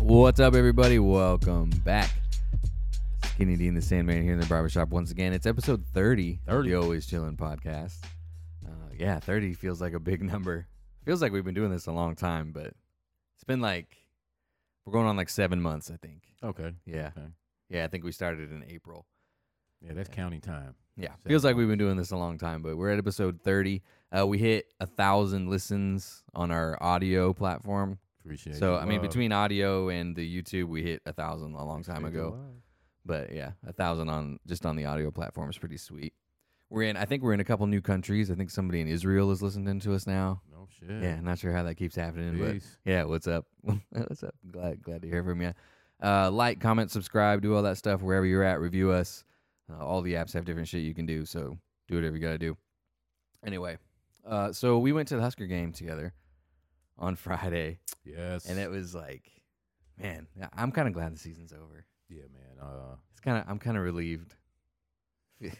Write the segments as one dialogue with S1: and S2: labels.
S1: What's up, everybody? Welcome back. Skinny D and the Sandman here in the barbershop once again. It's episode 30,
S2: 30.
S1: the Always Chillin' podcast. Uh, yeah, 30 feels like a big number. Feels like we've been doing this a long time, but it's been like, we're going on like seven months, I think.
S2: Okay.
S1: Yeah.
S2: Okay.
S1: Yeah, I think we started in April.
S2: Yeah, that's counting time.
S1: Yeah,
S2: Seven
S1: feels like we've been doing this a long time, but we're at episode 30. Uh, we hit a thousand listens on our audio platform.
S2: Appreciate
S1: so,
S2: your
S1: I mean,
S2: love.
S1: between audio and the YouTube, we hit a thousand a long time
S2: Appreciate your
S1: ago.
S2: love.
S1: But yeah, a thousand on just on the audio platform is pretty sweet. We're in, I think we're in a couple new countries. I think somebody in Israel is listening to us now.
S2: No shit.
S1: Yeah, not sure how that keeps happening, but
S2: Peace.
S1: yeah, what's up? what's up? Glad glad to hear from you. Uh, like, comment, subscribe, do all that stuff wherever you're at. Review us. Uh, all the apps have different shit you can do, so do whatever you gotta do. Anyway, uh, so we went to the Husker game together on Friday,
S2: Yes.
S1: and it was like, man, I- I'm kind of glad the season's over.
S2: yeah, man. Uh,
S1: It's kind of I'm kind of relieved.
S2: yeah.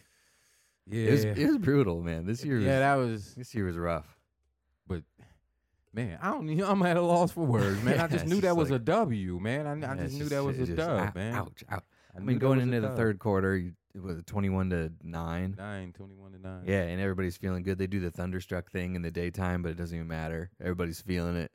S1: It, was, it was brutal, man. This year, was,
S2: yeah, that was.
S1: this year was rough.
S2: Man, I don't. even- I'm at a loss for words, man. I
S1: Yeah,
S2: just
S1: it's
S2: knew that
S1: just
S2: was a
S1: like-
S2: W, man. I, kn- I
S1: Yeah,
S2: just
S1: it's
S2: knew that was
S1: it's
S2: a
S1: just,
S2: dub,
S1: ou-
S2: man.
S1: Ouch, ouch. I
S2: knew
S1: mean,
S2: that
S1: going
S2: was a
S1: into the
S2: dub.
S1: third quarter, you, it was 21 to nine.
S2: nine, 21 to nine.
S1: Yeah, and everybody's feeling good. They do the thunderstruck thing in the daytime, but it doesn't even matter. Everybody's feeling it.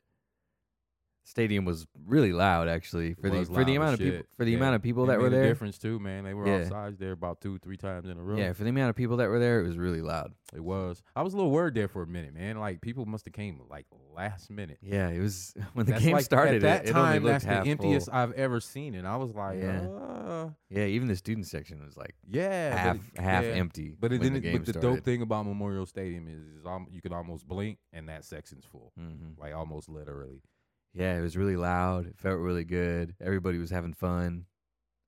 S1: Stadium was really loud, actually, for the
S2: was
S1: for the
S2: loud
S1: amount
S2: as
S1: of people
S2: shit.
S1: for the
S2: Yeah.
S1: amount of people
S2: It
S1: that
S2: made
S1: were
S2: a
S1: there.
S2: Difference too, man. They were
S1: Yeah.
S2: offsides there about two, three times in a row.
S1: Yeah, for the amount of people that were there, it was really loud.
S2: it was. I was a little worried there for a minute, man. Like people must have came like last minute.
S1: Yeah, it was when the
S2: That's
S1: game
S2: like,
S1: started.
S2: At that
S1: it, it only
S2: time,
S1: looked
S2: that's
S1: half
S2: the emptiest
S1: full.
S2: I've ever seen it. I was like,
S1: Yeah.
S2: uh,
S1: Yeah, even the student section was like
S2: yeah,
S1: half
S2: but it-
S1: half
S2: yeah.
S1: empty.
S2: But it
S1: when
S2: didn't.
S1: The
S2: but the dope thing about Memorial Stadium is, is um, you could almost blink and that section's full,
S1: hmm
S2: like almost literally.
S1: Yeah, it was really loud. It felt really good. Everybody was having fun,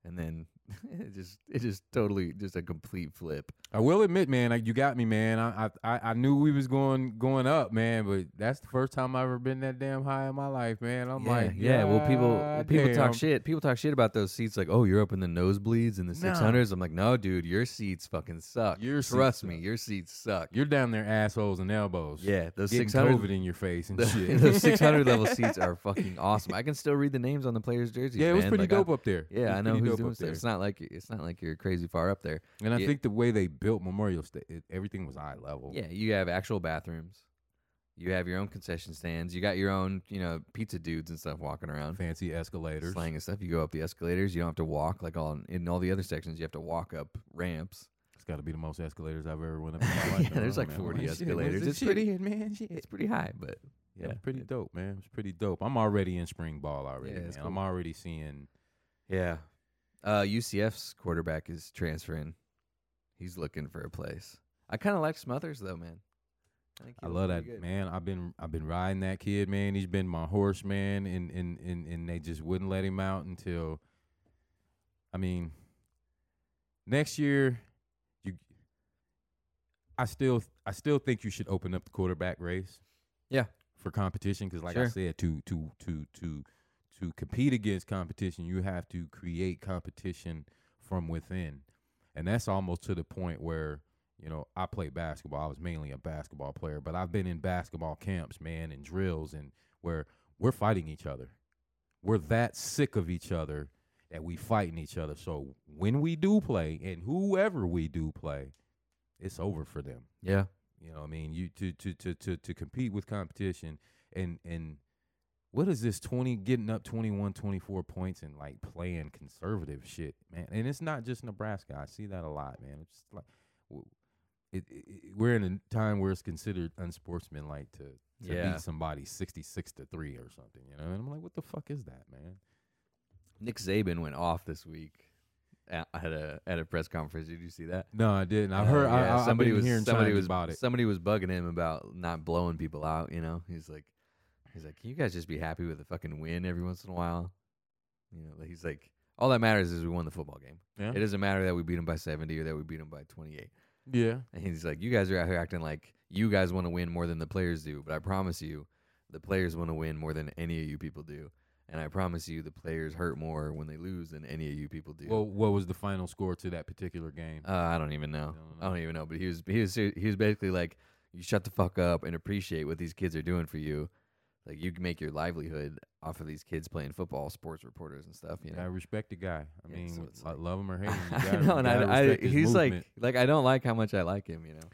S1: and then it just it just totally just a complete flip.
S2: I will admit, man, like you got me, man. I, I I- I knew we was going going up, man, but that's the first time I've ever been that damn high in Oh my life, man. I'm
S1: yeah,
S2: like,
S1: yeah. Well, people
S2: "God
S1: people
S2: damn."
S1: talk shit. People talk shit about those seats. Like, oh, you're up in the nosebleeds and the
S2: Nah.
S1: six hundreds. I'm like, no, dude, your seats fucking suck.
S2: Your seats
S1: Trust me,
S2: suck.
S1: your seats suck.
S2: You're down there, assholes and elbows.
S1: yeah, those
S2: getting
S1: six
S2: COVID
S1: hundred.
S2: in your face and shit.
S1: Those six hundred level seats are fucking awesome. I can still read the names on the players' jerseys.
S2: Yeah, it was
S1: man.
S2: pretty
S1: Like, I-
S2: dope up there. It
S1: yeah,
S2: was
S1: I know
S2: pretty
S1: who's
S2: dope
S1: doing
S2: up
S1: stuff. It's not like it's not like you're crazy far up there.
S2: And I
S1: Yeah.
S2: think the way they built Memorial Stadium, everything was eye level.
S1: Yeah, you have actual bathrooms. You have your own concession stands. You got your own, you know, pizza dudes and stuff walking around,
S2: Fancy escalators.
S1: slang and stuff. You go up the escalators. You don't have to walk like all in all the other sections. You have to walk up ramps.
S2: It's got to be the most escalators I've ever went up in my life.
S1: Yeah, there's like
S2: around, man. I'm
S1: 40
S2: shit, what's
S1: escalators.
S2: this
S1: It's
S2: shit
S1: pretty-
S2: in, man. Shit.
S1: It's pretty high, but
S2: Yeah, it's
S1: yeah,
S2: pretty
S1: it-
S2: dope, man. It's pretty dope. I'm already in spring ball already,
S1: Yeah,
S2: man.
S1: it's
S2: I'm
S1: cool.
S2: already seeing.
S1: yeah. Uh, UCF's quarterback is transferring. He's looking for a place. I kind of like Smothers though, man. think he
S2: I
S1: looked
S2: love that
S1: pretty good.
S2: man. I've been I've been riding that kid, man. He's been my horse, man, and and and and they just wouldn't let him out until. I mean, next year, you. I still I still think you should open up the quarterback race.
S1: Yeah.
S2: For competition, because like I
S1: Sure.
S2: said, to to to to to compete against competition, you have to create competition from within, and that's almost to the point where you know, I play basketball. I was mainly a basketball player, but I've been in basketball camps, man, and drills and where we're fighting each other. We're that sick of each other that we fighting each other. So when we do play and whoever we do play, it's over for them.
S1: Yeah,
S2: You know, what I mean, you to to to to to compete with competition and and what is this 20 getting up 21 24 points and like playing conservative shit, man. And it's not just Nebraska. I see that a lot, man. It's just like w- it, it, it- we're in a time where it's considered unsportsmanlike to to
S1: Yeah.
S2: beat somebody 66 to 3 or something, you know? And I'm like, what the fuck is that, man?
S1: Nick Saban went off this week at at a at a press conference. Did you see that?
S2: No, I didn't. I
S1: Uh,
S2: heard I-
S1: yeah,
S2: I, somebody was hearing somebody
S1: was
S2: about it.
S1: Somebody was bugging him about not blowing people out. You know, he's like, he's like, can you guys just be happy with a fucking win every once in a while? You know, like, he's like, all that matters is we won the football game.
S2: Yeah.
S1: It doesn't matter that we beat them by seventy or that we beat them by twenty eight.
S2: Yeah.
S1: And he's like, you guys are out here acting like you guys want to win more than the players do, but I promise you, the players want to win more than any of you people do. And I promise you, the players hurt more when they lose than any of you people do.
S2: Well, what was the final score to that particular game?
S1: Uh, I don't even know.
S2: don't
S1: I don't even know. But he was he was he was basically like, you shut the fuck up and appreciate what these kids are doing for you. Like you can make your livelihood off of these kids playing football, sports reporters and stuff. You
S2: I
S1: know.
S2: respect the guy. I
S1: Yeah,
S2: mean,
S1: so it's
S2: I
S1: like-
S2: love him or hate him. you
S1: I
S2: gotta-
S1: know,
S2: you
S1: and I,
S2: gotta
S1: I-
S2: respect his
S1: he's
S2: movement.
S1: like, like I don't like how much I like him. You know,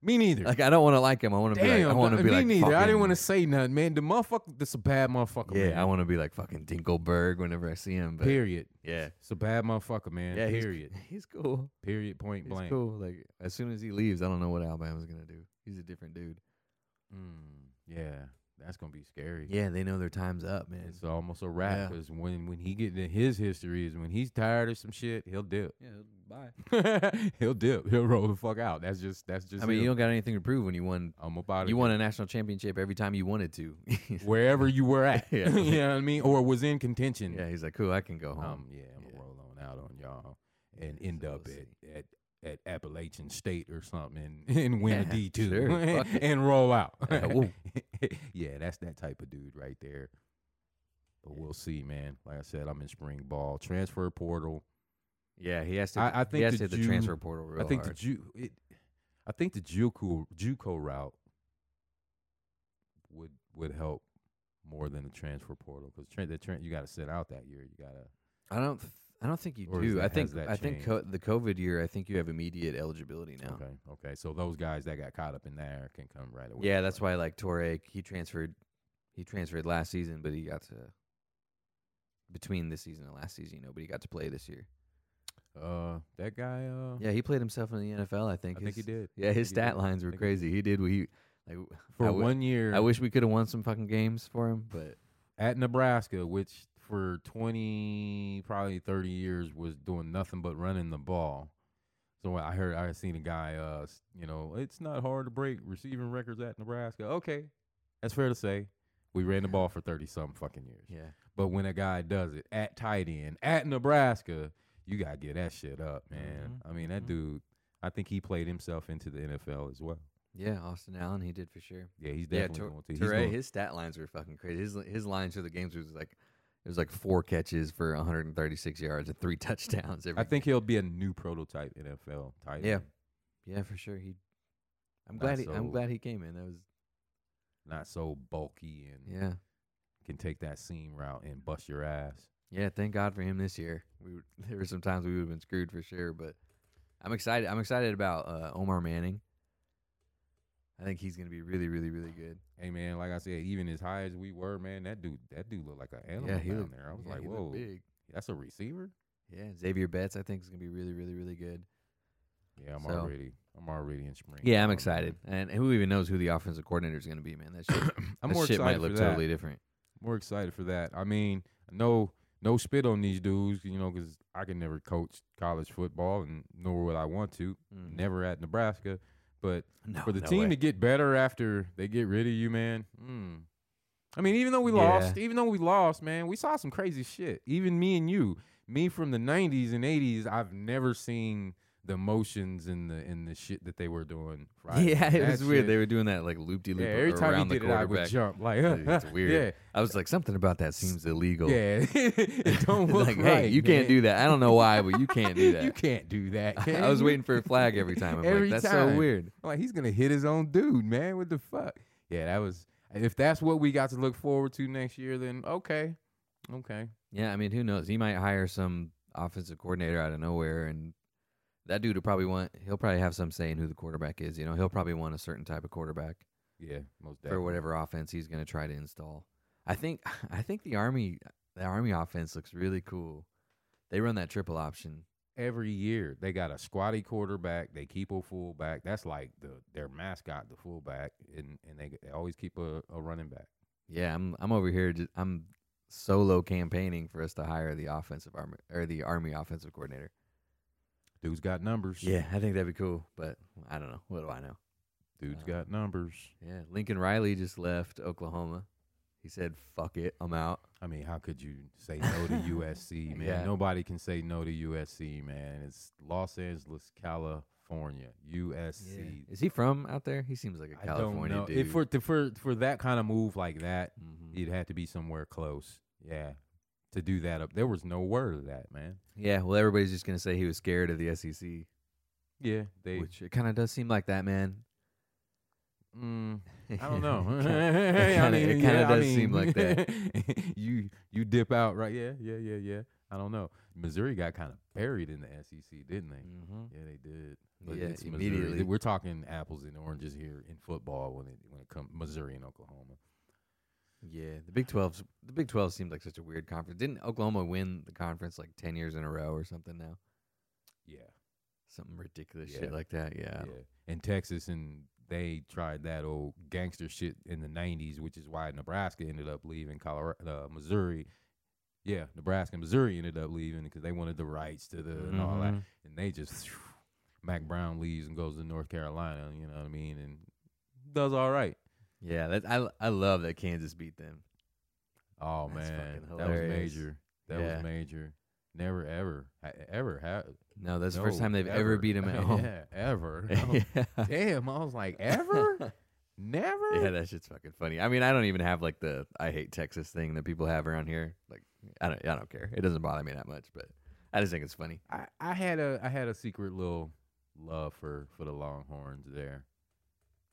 S2: me neither.
S1: like I don't want to like him. I want to be like, I
S2: Damn,
S1: want to
S2: dog,
S1: be
S2: me
S1: like,
S2: neither. I didn't
S1: fucking-
S2: want to say nothing, man. The motherfucker, this a bad motherfucker.
S1: Yeah,
S2: man.
S1: I want to be like fucking Dinkelberg whenever I see him. But
S2: period.
S1: yeah,
S2: It's a bad motherfucker, man.
S1: yeah, he's-
S2: period.
S1: He's, cool.
S2: Period. Point
S1: He's
S2: blank.
S1: cool. Like as soon as he leaves, I don't know what Alabama's gonna do. He's a different dude.
S2: Mm, yeah, that's gonna be scary.
S1: Yeah, they know their time's up, man.
S2: It's almost a wrap
S1: Yeah.
S2: because when when he get in his history is when he's tired of some shit, he'll dip.
S1: yeah, bye.
S2: he'll dip. He'll roll the fuck out. That's just that's just.
S1: I mean,
S2: him.
S1: you don't got anything to prove when you won.
S2: I'm about it.
S1: You won a national championship every time you wanted to.
S2: wherever you were at.
S1: Yeah.
S2: you know what I mean, or was in contention.
S1: yeah, he's like, cool. I can go home.
S2: Um, yeah, I'm
S1: Yeah.
S2: gonna roll on out on y'all and
S1: Yeah,
S2: end
S1: so
S2: up
S1: we'll
S2: at, at at Appalachian State or something and, and win a
S1: Yeah,
S2: D two
S1: sure, fuck it.
S2: and roll out.
S1: Yeah, woo.
S2: yeah, that's that type of dude right there. But
S1: Yeah.
S2: we'll see, man. Like I said, I'm in spring ball transfer portal.
S1: yeah, he has to.
S2: I- I
S1: he
S2: think
S1: has
S2: the
S1: to hit the
S2: Ju-
S1: transfer portal. Real
S2: I think
S1: hard.
S2: the ju it, I think the JUCO JUCO route would would help more than the transfer portal because tra- the tra- you got to sit out that year. You gotta
S1: I don't. th- I don't think you
S2: Or is
S1: do.
S2: that-
S1: I
S2: has
S1: think.
S2: that
S1: I think
S2: changed?
S1: co- the COVID year. I think you have immediate eligibility now.
S2: Okay. Okay. So those guys that got caught up in there can come right away.
S1: Yeah, that's why like Torre he transferred he transferred last season, but he got to between this season and last season, you know, but he got to play this year.
S2: Uh, that guy. Uh,
S1: Yeah, he played himself in the NFL, I think.
S2: I think he
S1: His-
S2: did.
S1: Yeah, his
S2: he
S1: stat
S2: did.
S1: lines
S2: I
S1: were
S2: think he did.
S1: crazy. He did what he like
S2: For
S1: I wi-
S2: one year
S1: I wish we could have won some fucking games for him, but
S2: at Nebraska, which for twenty, probably thirty years, was doing nothing but running the ball. So I heard, I seen a guy. Uh, s- you know, it's not hard to break receiving records at Nebraska. Okay, that's fair to say. We ran the ball for thirty some fucking years.
S1: yeah.
S2: But when a guy does it at tight end at Nebraska, you gotta get that shit up, man. I mean, that
S1: mhm.
S2: dude. I think he played himself into the NFL as well.
S1: Yeah, Austin Allen, he did for sure.
S2: Yeah, he's
S1: Yeah,
S2: definitely
S1: Tor-
S2: going to. He's
S1: Torre,
S2: gonna-
S1: his stat lines were fucking crazy. His his lines for the games was like it was like four catches for 136 yards and three touchdowns every
S2: I think he'll be a new prototype NFL tight
S1: Yeah.
S2: end.
S1: Yeah, for sure. He. I'm
S2: Not
S1: glad. He,
S2: so-
S1: I'm glad he came in. That was
S2: Not so bulky and
S1: yeah,
S2: can take that seam route and bust your ass.
S1: yeah. Thank God for him this year. We were, there were some times we would have been screwed for sure, but I'm excited. I'm excited about uh, Omar Manning. I think he's gonna be really, really, really good.
S2: Hey man, like I said, even as high as we were, man, that dude, that dude looked like an animal
S1: he
S2: down
S1: looked-
S2: there. I was
S1: yeah,
S2: like,
S1: he looked
S2: whoa,
S1: big.
S2: that's a receiver.
S1: Yeah, Xavier Betts, I think is gonna be really, really, really good.
S2: Yeah, I'm
S1: So-
S2: already, I'm already in spring.
S1: Yeah,
S2: ball,
S1: I'm
S2: man.
S1: excited. And who even knows who the offensive coordinator is gonna be? Man, that shit,
S2: I'm
S1: that
S2: more
S1: shit
S2: excited
S1: might
S2: for
S1: look
S2: that.
S1: totally different.
S2: more excited for that. I mean, no, no spit on these dudes, you know, 'cause I can never coach college football, and nor would I want to.
S1: Mm.
S2: Never at Nebraska, but
S1: No,
S2: for the
S1: no
S2: team
S1: way.
S2: to get better after they get rid of you, man. Mm. I mean, even though we
S1: Yeah.
S2: lost, even though we lost, man, we saw some crazy shit. Even me and you, me from the '90s and '80s, I've never seen the motions and the and the shit that they were doing. Friday.
S1: yeah, it
S2: That
S1: was weird.
S2: shit-
S1: They were doing that like loop de loop
S2: yeah, every time
S1: around
S2: he did
S1: the
S2: it, I
S1: quarterback.
S2: would jump like,
S1: It's weird.
S2: Yeah,
S1: I was like, something about that seems illegal.
S2: Yeah, it don't
S1: It's
S2: look
S1: like,
S2: right.
S1: hey, you can't
S2: man.
S1: do that. I don't know why, but you can't do that.
S2: you can't do that.
S1: I-
S2: can
S1: I was
S2: you?
S1: waiting for a flag every time. I'm
S2: Every
S1: like, that's
S2: time.
S1: so weird.
S2: I'm like he's gonna hit his own dude, man. What the fuck? Yeah, that was. If that's what we got to look forward to next year, then okay, okay.
S1: Yeah, I mean, who knows? He might hire some offensive coordinator out of nowhere, and that dude will probably want. He'll probably have some say in who the quarterback is. You know, he'll probably want a certain type of quarterback
S2: Yeah, most
S1: for whatever offense he's going to try to install. I think. I think the army. The army offense looks really cool. They run that triple option.
S2: Every year they got a squatty quarterback. They keep a fullback. That's like the their mascot, the fullback, and and they, they always keep a, a running back.
S1: Yeah, I'm I'm over here. Just, I'm solo campaigning for us to hire the offensive army or the army offensive coordinator.
S2: Dude's got numbers.
S1: Yeah, I think that'd be cool, but I don't know. What do I know?
S2: dude's
S1: Uh,
S2: got numbers.
S1: Yeah, Lincoln Riley just left Oklahoma. He said, "Fuck it, I'm out."
S2: I mean, how could you say no to USC, man?
S1: Yeah.
S2: Nobody can say no to USC, man. It's Los Angeles, California, USC.
S1: Is he from out there? He seems like a California
S2: I don't know.
S1: dude.
S2: If for, to- for for that kind of move like that,
S1: Mhm.
S2: it'd have to be somewhere close. Yeah, to do that up, there was no word of that, man.
S1: Yeah, well, everybody's just gonna say he was scared of the E SEC,
S2: Yeah, they
S1: which it kind of does seem like that, man.
S2: Mm, I don't know. I
S1: kinda-
S2: mean,
S1: it
S2: yeah,
S1: kinda
S2: I
S1: does seem like that.
S2: mean, you you dip out, right? Yeah, yeah, yeah, yeah. I don't know. Missouri got kind of buried in the SEC, didn't they?
S1: Mm-hmm.
S2: Yeah, they did.
S1: Yeah,
S2: it's Missouri.
S1: immediately.
S2: We're talking apples and oranges here in football when it when it comes Missouri and Oklahoma.
S1: Yeah, the Big 12's the Big 12 seemed like such a weird conference. Didn't Oklahoma win the conference like 10 years in a row or something now?
S2: Yeah,
S1: Something ridiculous
S2: Yeah.
S1: shit like that. Yeah.
S2: yeah. And Texas and they tried that old gangster shit in the '90s, which is why Nebraska ended up leaving Colorado, uh, Missouri. Yeah, Nebraska and Missouri ended up leaving because they wanted the rights to the and all that.
S1: Mhm.
S2: and they just Mac Brown leaves and goes to North Carolina, you know what I mean, and does all right.
S1: Mm-hmm. Yeah, that I I love that Kansas beat them.
S2: Oh
S1: That's
S2: man,
S1: fucking
S2: that was
S1: hilarious.
S2: major. That
S1: Yeah.
S2: was major. Never ever ha- ever have.
S1: No, that's the first time they've ever, beat them at home.
S2: Yeah, ever.
S1: Yeah.
S2: Damn, I was like, ever, never.
S1: yeah, that shit's fucking funny. I mean, I don't even have like the I hate Texas thing that people have around here. Like, I don't I don't care. It doesn't bother me that much, but I just think it's funny.
S2: I, I had a I had a secret little love for for the Longhorns there.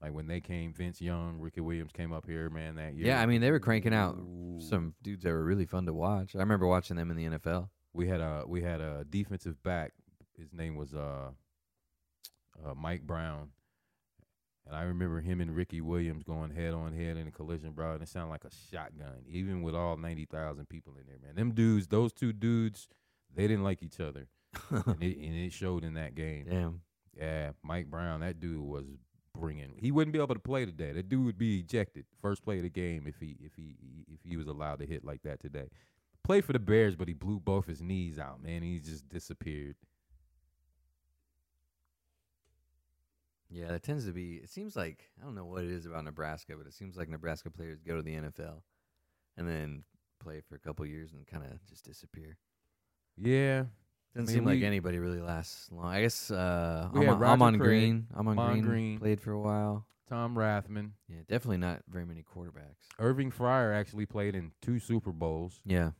S2: Like when they came, Vince Young, Ricky Williams came up here, man. That year,
S1: Yeah, I mean, they were cranking out
S2: Ooh.
S1: some dudes that were really fun to watch. I remember watching them in the NFL.
S2: we had a we had a defensive back. His name was uh, uh Mike Brown, and I remember him and Ricky Williams going head on head in a collision, bro. And it sounded like a shotgun, even with all ninety thousand people in there, man. Them dudes, those two dudes, they didn't like each other, and it, and it showed in that game.
S1: Damn.
S2: Yeah, Mike Brown, that dude was bringing. He wouldn't be able to play today. That dude would be ejected first play of the game if he if he if he was allowed to hit like that today. Played for the Bears, but he blew both his knees out, man. He just disappeared.
S1: Yeah, that tends to be. It seems like I don't know what it is about Nebraska, but it seems like Nebraska players go to the NFL and then play for a couple years and kind of just disappear.
S2: Yeah,
S1: Doesn't
S2: mean,
S1: seem like
S2: we-
S1: anybody really lasts long. I guess uh,
S2: We had
S1: Amon,
S2: Roger
S1: Amon
S2: Craig,
S1: Green, Amon
S2: Amon
S1: Green,
S2: Green.
S1: played for a while.
S2: Tom Rathman,
S1: Yeah, definitely not very many quarterbacks.
S2: Irving Fryer actually played in two Super Bowls.
S1: Yeah,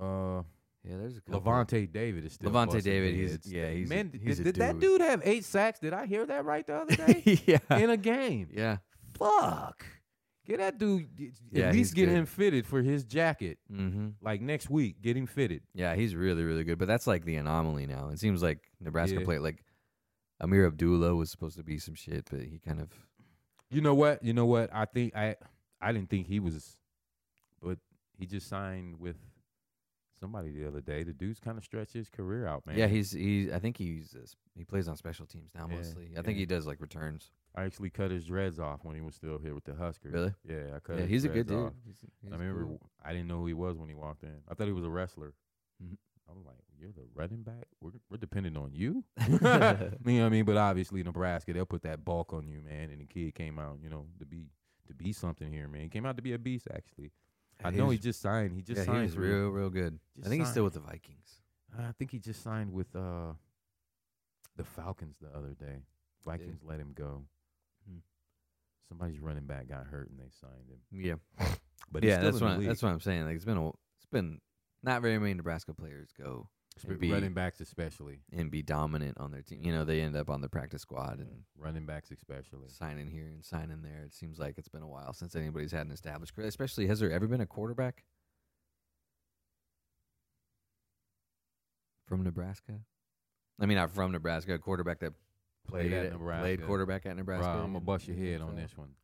S2: Uh,
S1: yeah. There's a couple.
S2: Levante David is still
S1: Levante
S2: busting
S1: David, he's-
S2: heads.
S1: yeah, he's a-
S2: man. did-
S1: he's a
S2: did that
S1: dude.
S2: dude have eight sacks? Did I hear that right the other day?
S1: yeah,
S2: in a game.
S1: yeah.
S2: Fuck. Get that dude. get-
S1: Yeah,
S2: at
S1: he's
S2: least get
S1: good.
S2: him fitted for his jacket.
S1: Mm-hmm.
S2: Like next week, get him fitted.
S1: Yeah, he's really, really good. But that's like the anomaly now. It seems like Nebraska
S2: Yeah.
S1: played like Amir Abdullah was supposed to be some shit, but he kind of
S2: You know what? You know what? I think I I didn't think he was, but he just signed with somebody the other day. The dude's kind of stretched his career out, man.
S1: yeah. He's he's I think he's uh, s- he plays on special teams now
S2: Yeah,
S1: mostly. I think
S2: yeah.
S1: he does like returns.
S2: I actually cut his dreads off when he was still here with the Huskers.
S1: Really?
S2: Yeah, I cut.
S1: Yeah,
S2: his
S1: he's a good
S2: dreads
S1: dude.
S2: off.
S1: He's-
S2: And
S1: he's
S2: I remember
S1: cool.
S2: w- I didn't know who he was when he walked in. I thought he was a wrestler.
S1: Mhm.
S2: I was like, "You're the running back. We're we're dependent on you." you know what I mean? But obviously, Nebraska they'll put that bulk on you, man. And the kid came out, you know, to be to be something here, man. He came out to be a beast, actually. I
S1: Yeah,
S2: know
S1: was-
S2: he just signed. He just
S1: yeah,
S2: signed.
S1: he was
S2: for-
S1: real, real good. I
S2: just
S1: think he's still
S2: signed.
S1: with the Vikings.
S2: I think he just signed with uh the Falcons the other day. Vikings let him go.
S1: Hmm.
S2: Somebody's running back got hurt and they signed him.
S1: Yeah,
S2: But he's
S1: yeah.
S2: still
S1: That's
S2: in the
S1: what I,
S2: league.
S1: that's what I'm saying. Like it's been a it's been not very many Nebraska players go
S2: Spe-
S1: be-
S2: running backs especially.
S1: and be dominant on their team. You know, they end up on the practice squad and
S2: running backs especially.
S1: sign in here and sign in there. It seems like it's been a while since anybody's had an established career. Especially, has there ever been a quarterback from Nebraska? I mean, not from Nebraska, a quarterback that played,
S2: Played at
S1: played
S2: Nebraska.
S1: quarterback at Nebraska.
S2: I'm gonna
S1: and-
S2: bust your
S1: and
S2: head
S1: so-
S2: on this one,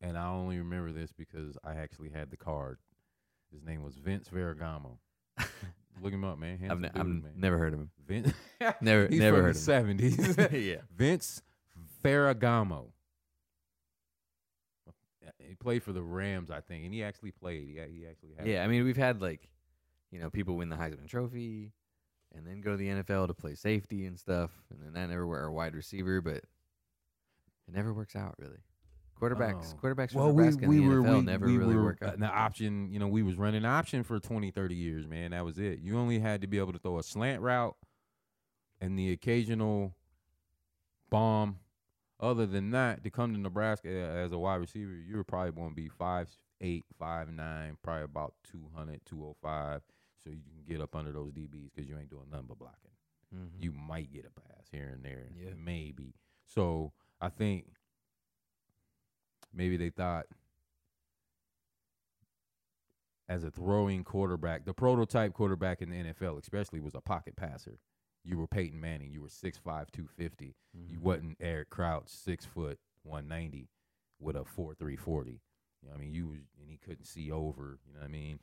S2: and I only remember this because I actually had the card. His name was Vince Veragamo. Look him up, man.
S1: I've,
S2: Handsome
S1: ne-
S2: dude,
S1: I've
S2: man.
S1: never heard of him.
S2: Vince.
S1: Never,
S2: He's
S1: never
S2: from
S1: heard
S2: the
S1: of
S2: seventies.
S1: him. yeah,
S2: Vince Ferragamo. He played for the Rams, I think, and he actually played. Yeah, he actually had.
S1: yeah. I mean, we've had like, you know, people win the Heisman Trophy. And then go to the NFL to play safety and stuff, and then that never were a wide receiver, but it never works out really. Quarterbacks,
S2: Oh.
S1: quarterbacks
S2: Well,
S1: from
S2: we,
S1: Nebraska
S2: we
S1: in the
S2: were
S1: NFL
S2: we,
S1: never
S2: we
S1: really
S2: were
S1: work out.
S2: an option. You know, we was running option for 20, 30 years, man. That was it. You only had to be able to throw a slant route and the occasional bomb. Other than that, to come to Nebraska a- as a wide receiver, you were probably going to be five eight, five nine, probably about 200, 205. So you can get up under those DBs because you ain't doing nothing but blocking
S1: Mhm.
S2: you might get a pass here and there,
S1: Yeah.
S2: maybe. So I think maybe they thought as a throwing quarterback, the prototype quarterback in the NFL, especially, was a pocket passer. You were Peyton Manning. You were 6'5", 250.
S1: Mm-hmm.
S2: You wasn't Eric Crouch, six foot one ninety, with a four three forty. You know what I mean? You was, and he couldn't see over. You know what I mean?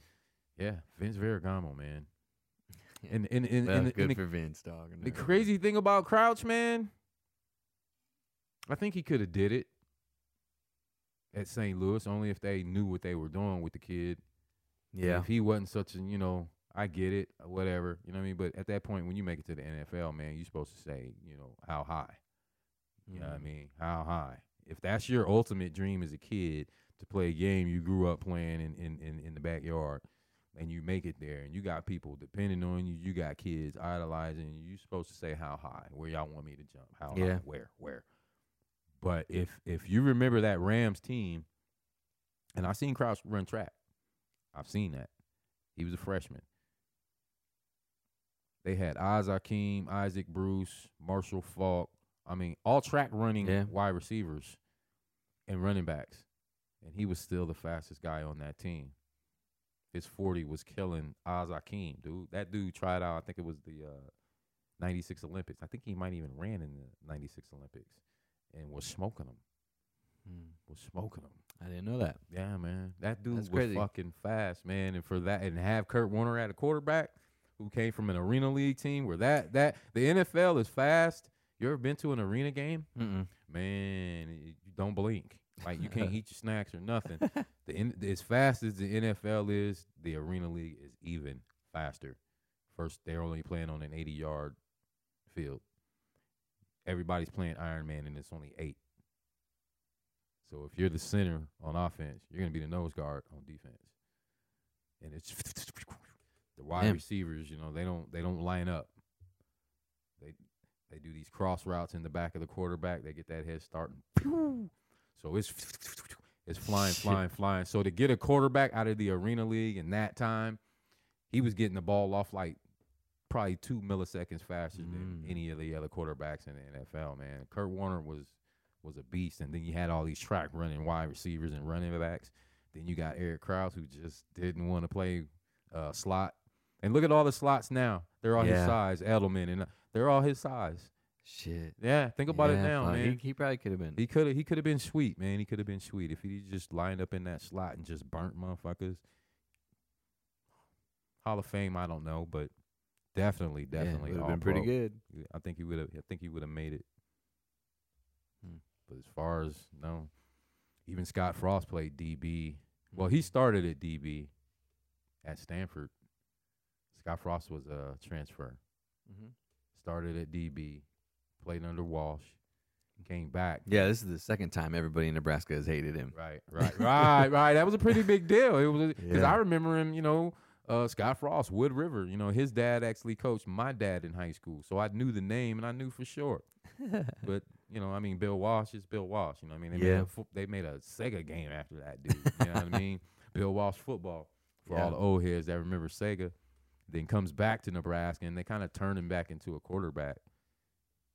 S2: Yeah, Vince Ferragamo, man.
S1: Yeah.
S2: And and and,
S1: Well,
S2: and, the,
S1: good
S2: and the,
S1: for Vince, dog. and
S2: the
S1: everything.
S2: crazy thing about Crouch, man, I think he could have did it at St. Louis only if they knew what they were doing with the kid. And
S1: Yeah.
S2: If he wasn't such a, you know, I get it, whatever. You know what I mean? But at that point, when you make it to the NFL, man, you're supposed to say, you know, how high. You know what I
S1: Mhm.
S2: mean? How high? If that's your ultimate dream as a kid to play a game you grew up playing in, in, in, in the backyard and you make it there and you got people depending on you, you got kids idolizing you, you supposed to say how high, where y'all want me to jump, how
S1: Yeah.
S2: high, where, where. But if if you remember that Rams team, and I've seen Crouch run track. I've seen that. He was a freshman. They had Isaac Akeem, Isaac Bruce, Marshall Falk. I mean, all track running
S1: Yeah.
S2: wide receivers and running backs. And he was still the fastest guy on that team. His 40 was killing Isaac Akeem, dude. That dude tried out, I think it was the uh, 96 Olympics. I think he might even ran in the 96 Olympics and was smoking them.
S1: Mm.
S2: Was smoking them.
S1: I didn't know that.
S2: Yeah, man. That dude
S1: That's
S2: was
S1: crazy.
S2: fucking fast, man. And for that and have Kurt Warner at a quarterback who came from an arena league team where that that the NFL is fast. You ever been to an arena game?
S1: Mm-mm.
S2: Man, y- you don't blink. Like you can't eat your snacks or nothing. The N- as fast as the NFL is, the arena league is even faster. First, they're only playing on an 80-yard field. Everybody's playing Iron Man, and it's only eight. So if you're the center on offense, you're gonna be the nose guard on defense, and it's the wide
S1: Damn.
S2: receivers. You know they don't they don't line up. They they do these cross routes in the back of the quarterback. They get that head start. And pew! So it's it's flying,
S1: Shit.
S2: flying, flying. So to get a quarterback out of the arena league in that time, he was getting the ball off like probably two milliseconds faster than
S1: Mm.
S2: any of the other quarterbacks in the NFL. Man, Kurt Warner was was a beast, and then you had all these track running wide receivers and running backs. Then you got Eric Krause, who just didn't want to play uh, slot. And look at all the slots now; they're all his
S1: Yeah.
S2: size. Edelman, and uh, they're all his size.
S1: Shit.
S2: Yeah, think about it
S1: Yeah,
S2: now,
S1: fuck.
S2: man.
S1: He, he probably could have been.
S2: He could have he could have been sweet, man. He could have been sweet if he just lined up in that slot and just burnt motherfuckers. Hall of Fame, I don't know, but definitely,
S1: Yeah,
S2: definitely,
S1: would've
S2: all
S1: been pretty
S2: pro.
S1: good.
S2: Yeah, I think he would have. I think he would have made it.
S1: Hmm.
S2: But as far as no, even Scott Frost played DB.
S1: Hmm.
S2: Well, he started at DB at Stanford. Scott Frost was a transfer.
S1: Mhm.
S2: Started at DB, played under Walsh, came back.
S1: Yeah, this is the second time everybody in Nebraska has hated him.
S2: Right, right, right, right. That was a pretty big deal. It was because
S1: Yeah.
S2: I remember him. You know, uh, Scott Frost, Wood River. You know, his dad actually coached my dad in high school, so I knew the name and I knew for sure. but you know, I mean, Bill Walsh is Bill Walsh. You know, what I mean, they made
S1: Yeah.
S2: a fo- they made a Sega game after that dude. You know what I mean? Bill Walsh football for
S1: Yeah.
S2: all the old heads that remember Sega. Then comes back to Nebraska and they kind of turn him back into a quarterback.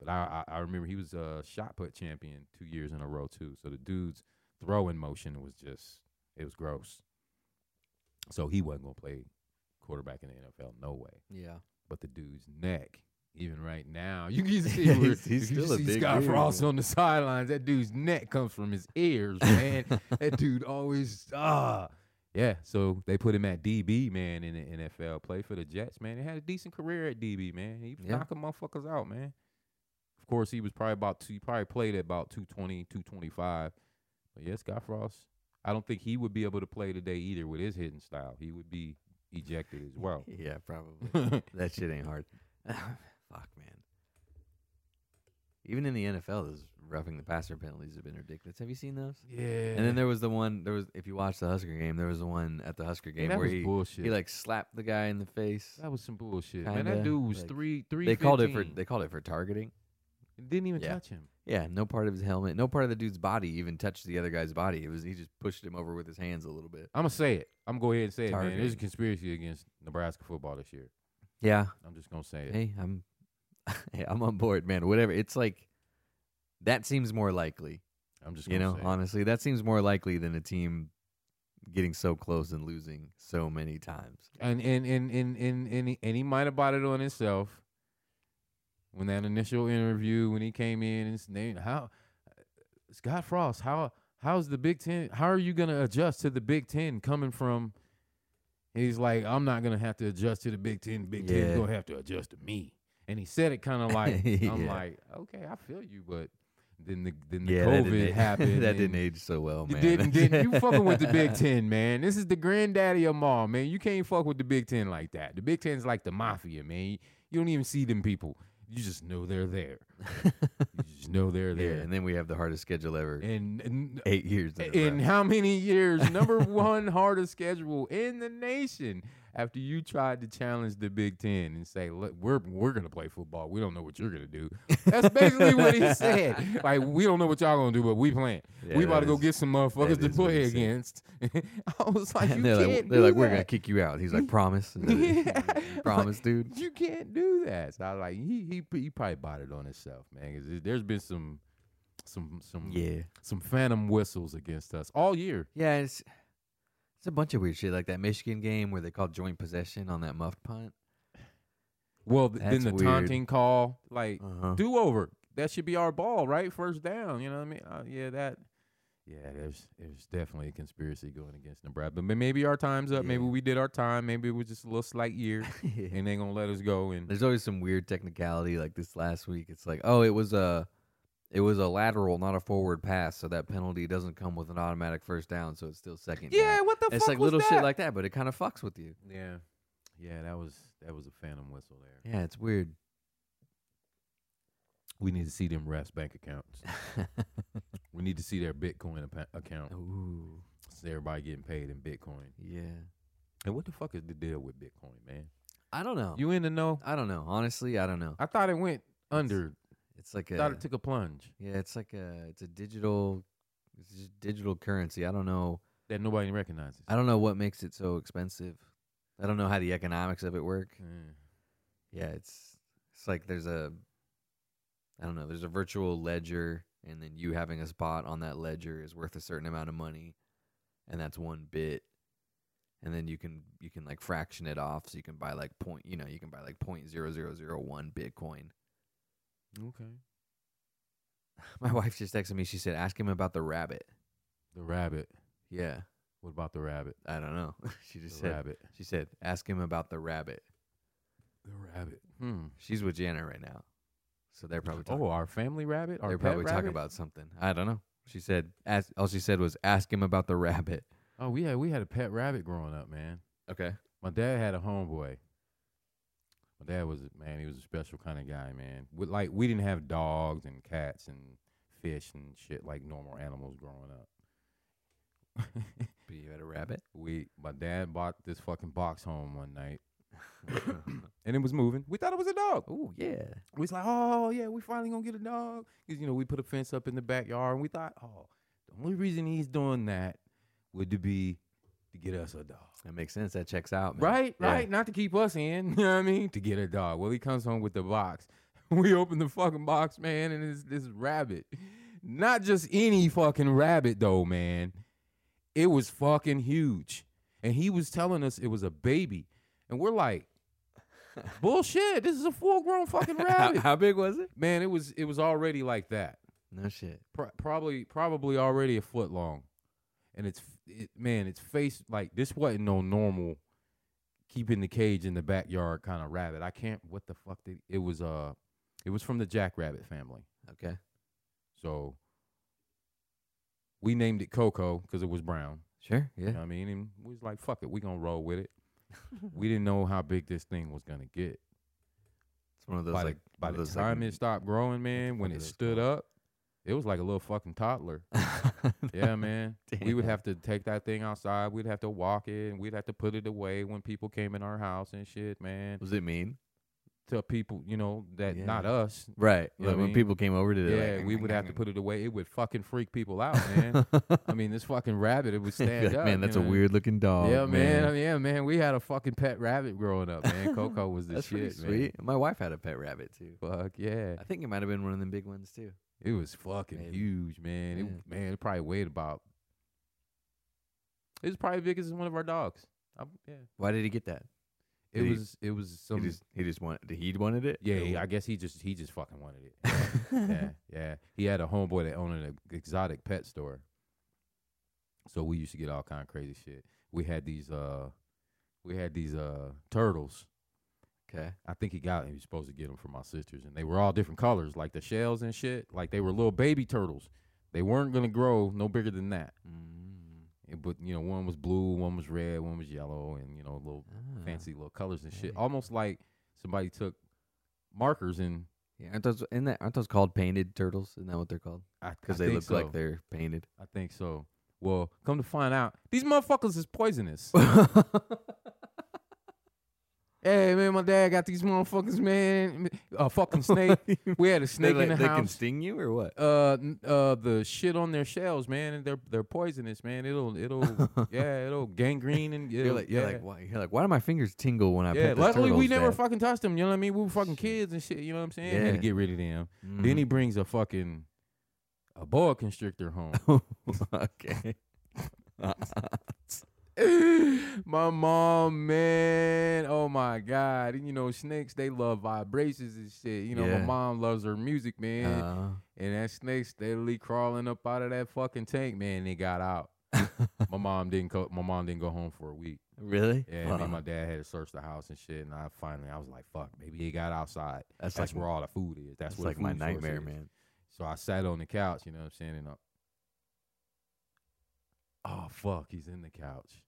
S2: But I, I I remember he was a shot put champion two years in a row too. So the dude's throwing motion was just it was gross. So he wasn't gonna play quarterback in the NFL, no way.
S1: Yeah.
S2: But the dude's neck, even right now, you can see
S1: Yeah,
S2: where
S1: he's- he's
S2: if you
S1: still a
S2: see
S1: big
S2: Scott
S1: dude,
S2: Frost
S1: man.
S2: on the sidelines. That dude's neck comes from his ears, man. that dude always ah. Yeah, so they put him at DB, man, in the NFL. Played for the Jets, man. He had a decent career at DB, man. He was
S1: Yeah.
S2: knocking motherfuckers out, man. Of course, he was probably about two. He probably played at about 220, 225. But yeah, Scott Frost. I don't think he would be able to play today either with his hitting style. He would be ejected as well.
S1: Yeah, probably. that shit ain't hard. Fuck, man. Even in the NFL, those roughing the passer penalties have been ridiculous. Have you seen those?
S2: Yeah.
S1: And then there was the one. There was if you watch the Husker game, there was the one at the Husker game
S2: that
S1: where
S2: was
S1: he
S2: bullshit.
S1: he like slapped the guy in the face.
S2: that was some bullshit. man, that
S1: kinda,
S2: dude was
S1: like,
S2: three three.
S1: They called it for they called it for targeting.
S2: didn't even
S1: yeah.
S2: touch him.
S1: Yeah, no part of his helmet, no part of the dude's body even touched the other guy's body. It was he just pushed him over with his hands a little bit.
S2: I'm gonna say it. I'm gonna go ahead and say it, man. There's a
S1: Targeting.
S2: conspiracy against Nebraska football this year.
S1: Yeah,
S2: I'm just gonna say it.
S1: hey, I'm hey, I'm on board, man. Whatever. It's like that seems more likely
S2: I'm just
S1: You
S2: gonna
S1: know,
S2: say it.
S1: honestly, that seems more likely than a team getting so close and losing so many times.
S2: and and and and and and he, and he might have bought it on himself. When that initial interview, when he came in and s- they how Scott Frost, how how's the Big Ten? How are you gonna adjust to the Big Ten coming from? He's like, I'm not gonna have to adjust to the Big Ten. Big
S1: Yeah.
S2: Ten gonna have to adjust to me. And he said it kind of like I'm
S1: Yeah.
S2: like, okay, I feel you, but then the then the
S1: that
S2: COVID
S1: didn't a-
S2: happened.
S1: that didn't
S2: and-
S1: age so well,
S2: you
S1: Oh, man.
S2: didn't, didn't. You fucking with the Big Ten, man. This is the granddaddy of 'em all, man. You can't fuck with the Big Ten like that. The Big Ten's like the mafia, man. You don't even see them people. You just know they're there. You just know they're
S1: yeah,
S2: there.
S1: and then we have the hardest schedule ever.
S2: and, and
S1: Eight years. In, a row.
S2: in how many years? Number one hardest schedule in the nation. After you tried to challenge the Big Ten and say, "Look, we're we're gonna play football. We don't know what you're gonna do." That's basically what he said. Like, we don't know what y'all gonna do, but we playing.
S1: Yeah,
S2: we
S1: that
S2: about to go
S1: is-
S2: get some motherfuckers to
S1: is what he
S2: play
S1: said.
S2: against. I was like, you
S1: and they're
S2: can't.
S1: like, they're
S2: do
S1: like, we're gonna
S2: that.
S1: kick you out. He's like, promise, Is that it?
S2: Yeah.
S1: promise, dude.
S2: You can't do that. So I was like, he he he probably bought it on himself, man. 'cause it- there's been some some some
S1: Yeah,
S2: some phantom whistles against us all year.
S1: yeah. It's it's a bunch of weird shit like that Michigan game where they called joint possession on that muffed punt.
S2: Well, th- then
S1: That's
S2: the
S1: weird.
S2: taunting call, like
S1: Uh-huh.
S2: do over. That should be our ball, right? First down. You know what I mean? Uh, yeah, that. Yeah, there's there's definitely a conspiracy going against Nebraska, but ma- maybe our time's up. Maybe
S1: Yeah.
S2: we did our time. Maybe it was just a little slight year,
S1: Yeah.
S2: and they gonna let us go. And
S1: There's always some weird technicality like this last week. It's like, oh, it was a it was a lateral, not a forward pass, so that penalty doesn't come with an automatic first down, so it's still second. down.
S2: yeah, what the
S1: it's
S2: fuck
S1: like
S2: was
S1: little shit
S2: that?
S1: like that, but it kind of fucks with you.
S2: yeah, yeah. That was that was a phantom whistle there.
S1: Yeah, it's weird.
S2: We need to see them refs' bank accounts. we need to see their Bitcoin appa- account.
S1: Ooh,
S2: It's everybody getting paid in Bitcoin.
S1: yeah.
S2: And what the fuck is the deal with Bitcoin, man?
S1: I don't know.
S2: You in the know?
S1: I don't know. Honestly, I don't know.
S2: I thought it went under.
S1: It's like
S2: Thought
S1: a
S2: it took a plunge
S1: yeah, it's like a it's a digital it's just digital currency. I don't know.
S2: that nobody recognizes.
S1: I don't know what makes it so expensive. I don't know how the economics of it work.
S2: Mm.
S1: yeah, it's it's like there's a I don't know, there's a virtual ledger and then you having a spot on that ledger is worth a certain amount of money and that's one bit. And then you can you can like fraction it off so you can buy like point you know, you can buy like point zero zero zero one Bitcoin.
S2: Okay.
S1: My wife just texted me, she said, Ask him about the rabbit.
S2: The rabbit.
S1: Yeah.
S2: What about the rabbit?
S1: I don't know. she
S2: The
S1: just said
S2: rabbit.
S1: she said, Ask him about the rabbit.
S2: The rabbit. Hmm.
S1: She's with Janet right now. So they're probably talking
S2: Oh, our family rabbit. Our
S1: They're
S2: pet
S1: probably talking
S2: rabbit?
S1: about something. I don't know. She said, ask, all she said was, ask him about the rabbit.
S2: Oh, yeah. We had a pet rabbit growing up, man.
S1: Okay.
S2: My dad had a homeboy. My dad was a- man. He was a special kind of guy, man. We, like we didn't have dogs and cats and fish and shit like normal animals growing up.
S1: But you had a rabbit?
S2: we my dad bought this fucking box home one night and it was moving. We thought it was a dog.
S1: oh, yeah.
S2: We was like, oh yeah, we finally gonna get a dog. Cause you know, we put a fence up in the backyard and we thought, oh, the only reason he's doing that would to be to get us a dog.
S1: That makes sense. That checks out, man.
S2: Right,
S1: Yeah.
S2: right. Not to keep us in, you know what I mean? To get a dog. Well, he comes home with the box. We open the fucking box, man, and it's this rabbit. Not just any fucking rabbit, though, man. It was fucking huge. And he was telling us it was a baby. And we're like, bullshit, this is a full grown fucking
S1: How,
S2: rabbit.
S1: how big was it?
S2: man, it was it was already like that
S1: No shit.
S2: pro- probably probably already a foot long, and it's f- it, man, its face like this wasn't no normal keeping the cage in the backyard kind of rabbit. I can't. What the fuck did it was? Uh, it was from the jackrabbit family,
S1: Okay.
S2: so we named it Coco because it was brown.
S1: Sure.
S2: You
S1: Yeah.
S2: know what I mean, and we was like, "Fuck it, we gonna roll with it." we didn't know how big this thing was gonna get.
S1: It's one of those
S2: by
S1: like.
S2: the, by
S1: one
S2: the
S1: of those,
S2: time
S1: like,
S2: it stopped growing, man,
S1: fuck
S2: when
S1: are
S2: it
S1: those
S2: stood up, it was like a little fucking toddler. Yeah, man. We would
S1: Damn.
S2: have to take that thing outside. We'd have to walk it, and we'd have to put it away when people came in our house and shit, man.
S1: Was it mean?
S2: Tell people, you know, that
S1: Yeah.
S2: not us.
S1: Right.
S2: You
S1: like,
S2: know what I
S1: when
S2: mean?
S1: people came over to
S2: Yeah, we would have to put it away. It would fucking freak people out, man. I mean, this fucking rabbit, it would stand up.
S1: man,
S2: you
S1: that's
S2: know
S1: a
S2: what I mean?
S1: weird looking dog.
S2: yeah, man. I mean, yeah, man. We had a fucking pet rabbit growing up, man. Coco was the
S1: That's pretty
S2: shit,
S1: sweet. My wife had a pet rabbit too.
S2: man. Fuck yeah.
S1: I think it might have been one of them big ones too.
S2: It was fucking
S1: Maybe.
S2: huge, man. It,
S1: Yeah.
S2: man, it probably weighed about. It was probably as big as one of our dogs. I, yeah,
S1: Why did he get that?
S2: it
S1: Did he-
S2: was. It was some.
S1: he just he just wanted he wanted it.
S2: yeah, he- I guess he just he just fucking wanted it. yeah,
S1: yeah.
S2: yeah. He had a homeboy that owned an exotic pet store. So we used to get all kind of crazy shit. We had these uh we had these uh turtles.
S1: Okay.
S2: I think he got he was supposed to get them for my sisters and they were all different colors like the shells and shit. Like they were little baby turtles. They weren't going to grow no bigger than that.
S1: Mm.
S2: Eh, But you know, one was blue, one was red, one was yellow and you know, little
S1: Ah.
S2: fancy little colors and shit.
S1: yeah.
S2: Almost like somebody took markers and
S1: Yeah, aren't those in that aren't those called painted turtles? Isn't that what they're called?
S2: I
S1: Because
S2: I
S1: they look
S2: think
S1: like
S2: so.
S1: they're painted.
S2: I think so. Well, come to find out, these motherfuckers is poisonous. hey, man, my dad got these motherfuckers, man. A fucking snake. we had a
S1: They're
S2: snake
S1: like-
S2: in the
S1: they can
S2: house.
S1: sting you or what?
S2: uh, n- uh, the shit on their shells, man, and they're they're poisonous, man. It'll it'll Oh, yeah, it'll gangrene and
S1: You're
S2: it'll-
S1: like you're
S2: yeah.
S1: like why you're like why do my fingers tingle when I
S2: yeah,
S1: pet the
S2: luckily we
S1: turtles,
S2: never
S1: Dad?"
S2: fucking touched them. You know what I mean? We were fucking kids and shit. You know what I'm saying? Had to
S1: Yeah.
S2: get rid of them.
S1: Mhm.
S2: Then he brings a fucking a boa constrictor home.
S1: okay.
S2: my mom, man. Oh my God. And you know, snakes, they love vibrations and shit. You know, my
S1: Yeah.
S2: mom loves her music, man.
S1: Uh,
S2: and that snake steadily crawling up out of that fucking tank, man. And it got out. my mom didn't co- my mom didn't go home for a week.
S1: really?
S2: Yeah, me and my
S1: Fuck.
S2: dad had to search the house and shit. And I finally I was like, fuck, maybe it got outside.
S1: that's,
S2: That's,
S1: like
S2: where all the food is. That's,
S1: that's
S2: where
S1: like
S2: the
S1: my
S2: food source
S1: nightmare,
S2: is.
S1: man.
S2: So I sat on the couch, you know what I'm saying? And I, oh, fuck, he's in the couch.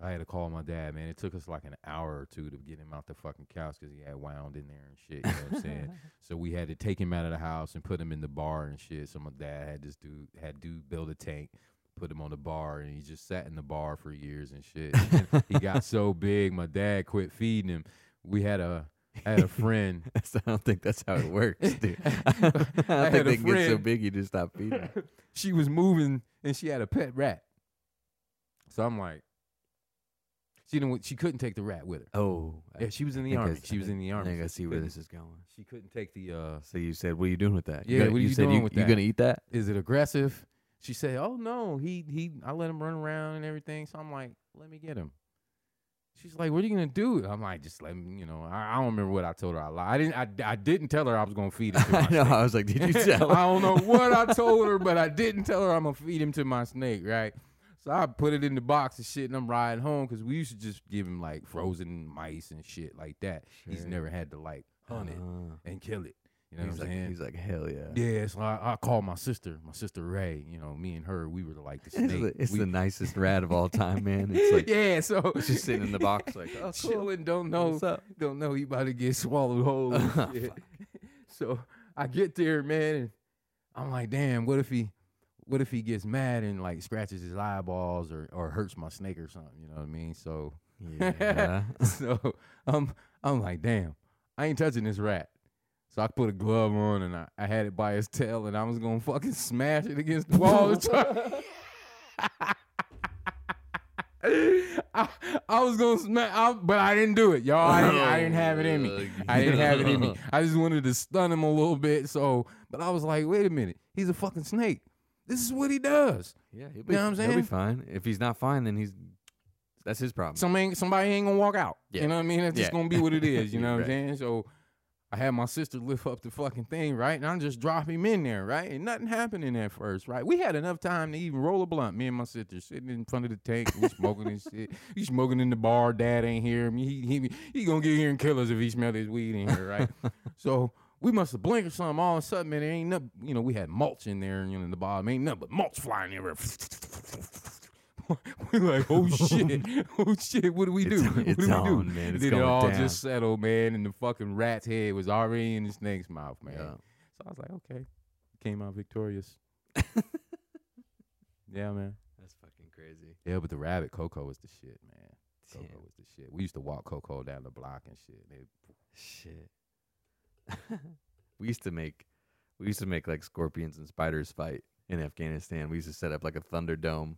S2: I had to call my dad, man. It took us like an hour or two to get him out the fucking couch because he had wound in there and shit. You know what I'm saying? so we had to take him out of the house and put him in the bar and shit. So my dad had this dude had dude build a tank, put him on the bar, and he just sat in the bar for years and shit. And then he got so big, my dad quit feeding him. We had a I had a friend
S1: That's- I don't think that's how it works, dude. I
S2: I
S1: don't
S2: had
S1: think
S2: a
S1: they can get so
S2: friend-
S1: big you just stop feeding.
S2: she was moving and she had a pet rat. So I'm like, she didn't. She couldn't take the rat with her.
S1: Oh, I
S2: Yeah, she was in the
S1: think I
S2: army.
S1: s- I
S2: She was
S1: think-
S2: in the
S1: I
S2: army.
S1: think I
S2: so
S1: see where
S2: couldn't-
S1: this is going.
S2: She couldn't take the. uh
S1: So you said, "What are you doing with that?"
S2: Yeah,
S1: got-
S2: what are you
S1: said
S2: doing with
S1: you
S2: that?
S1: gonna eat that?
S2: Is it aggressive? She said, "Oh no, he he. I let him run around and everything." So I'm like, "Let me get him." She's like, "What are you gonna do?" I'm like, "Just let him." You know, I, I don't remember what I told her. I lied. I didn't. I, I didn't tell her I was gonna feed him. to my
S1: I know.
S2: snake.
S1: I was like, "Did you tell?"
S2: I don't know what I told her, but I didn't tell her I'm gonna feed him to my snake, right? So I put it in the box and shit, and I'm riding home because we used to just give him like frozen mice and shit like that. He's
S1: Sure.
S2: never had to like hunt it
S1: Uh,
S2: and kill it. You know
S1: he's
S2: what I'm
S1: like,
S2: saying?
S1: he's like, "Hell yeah!"
S2: yeah, so I, I called my sister, my sister Ray. You know, me and her, we were like the
S1: It's,
S2: snake.
S1: the, it's
S2: We-
S1: the nicest rat of all time, man. It's like
S2: yeah, so
S1: it's just sitting in the box, like, "Oh, cool.
S2: chilling. Don't know
S1: What's up?"
S2: don't know he about to get swallowed whole. and
S1: Oh,
S2: shit. so I get there, man, and I'm like, damn, what if he what if he gets mad and like scratches his eyeballs or, or hurts my snake or something, you know what I mean? So
S1: Yeah.
S2: so I'm I'm like, damn, I ain't touching this rat. So I put a glove on and I, I had it by his tail and I was gonna fucking smash it against the wall. and try- I, I was gonna smash, I, but I didn't do it, y'all. I didn't, I didn't have it in me. I didn't have it in me. I just wanted to stun him a little bit. So, but I was like, wait a minute, he's a fucking snake. This is what he does.
S1: Yeah, he'll be,
S2: know what I'm
S1: he'll
S2: saying?
S1: be fine. If he's not fine, then he's that's his problem.
S2: Somebody, ain't- somebody ain't gonna walk out.
S1: Yeah.
S2: You know what I mean? That's just
S1: Yeah.
S2: gonna be what it is. You know what
S1: Right.
S2: I'm saying? So I had my sister lift up the fucking thing, right? And I just drop him in there, right? And nothing happened in that first, right? We had enough time to even roll a blunt. Me and my sister sitting in front of the tank, we smoking and shit. We smoking in the bar. Dad ain't here. I mean, he, he he gonna get here and kill us if he smell his weed in here, right? so we must have blinked or something. All of a sudden, man, there ain't nothing. You know, we had mulch in there, you know, in the bottom. Ain't nothing but mulch flying everywhere. we like, oh shit, oh shit, what do we do?
S1: It's-
S2: what
S1: it's
S2: do we do?
S1: on, man. It's
S2: Then it
S1: going
S2: all
S1: down.
S2: just settled, man, and the fucking rat's head was already in the snake's mouth, man.
S1: Yeah.
S2: So I was like, okay, came out victorious. yeah, man.
S1: That's fucking crazy.
S2: Yeah, but the rabbit Coco was the shit, man. Coco
S1: Damn.
S2: was the shit. We used to walk Coco down the block and shit. It-
S1: Shit. we used to make we used to make like scorpions and spiders fight in Afghanistan. We used to set up like a thunderdome.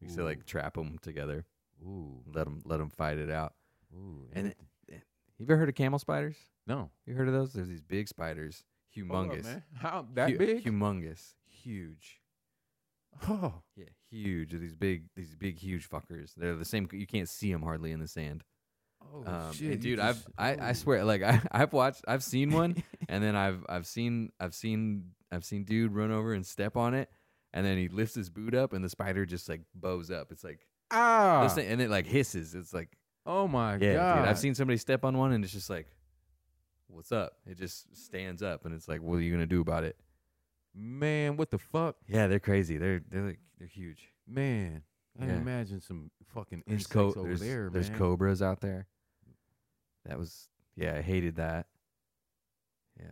S1: We used to
S2: Ooh.
S1: like trap them together,
S2: Ooh,
S1: let them let them fight it out.
S2: ooh,
S1: And
S2: and
S1: it- You ever heard of camel spiders?
S2: no,
S1: You heard of those? There's these big spiders,
S2: Hold up,
S1: humongous,
S2: man. How that
S1: Hu-
S2: big?
S1: humongous, huge.
S2: oh,
S1: Yeah, huge. They're These big, these big, huge fuckers. They're the same. You can't see them hardly in the sand.
S2: oh
S1: Um, and
S2: shit, you
S1: dude.
S2: just-
S1: I've, I, I
S2: oh.
S1: swear, like I, I've watched, I've seen one, and then I've, I've seen, I've seen, I've seen dude run over and step on it, and then he lifts his boot up, and the spider just like bows up. It's like
S2: Ah,
S1: this thing, and it like hisses. It's like
S2: oh my
S1: yeah,
S2: god.
S1: dude. I've seen somebody step on one, and it's just like, what's up? It just stands up, and it's like, what are you gonna do about it?
S2: man, what the fuck,
S1: Yeah, they're crazy. They're, they're like, they're huge.
S2: man. I
S1: Yeah.
S2: can imagine some fucking
S1: There's,
S2: insects
S1: co-
S2: over
S1: there's,
S2: there,
S1: there's
S2: man.
S1: cobras out there. That was yeah, I hated that. Yeah,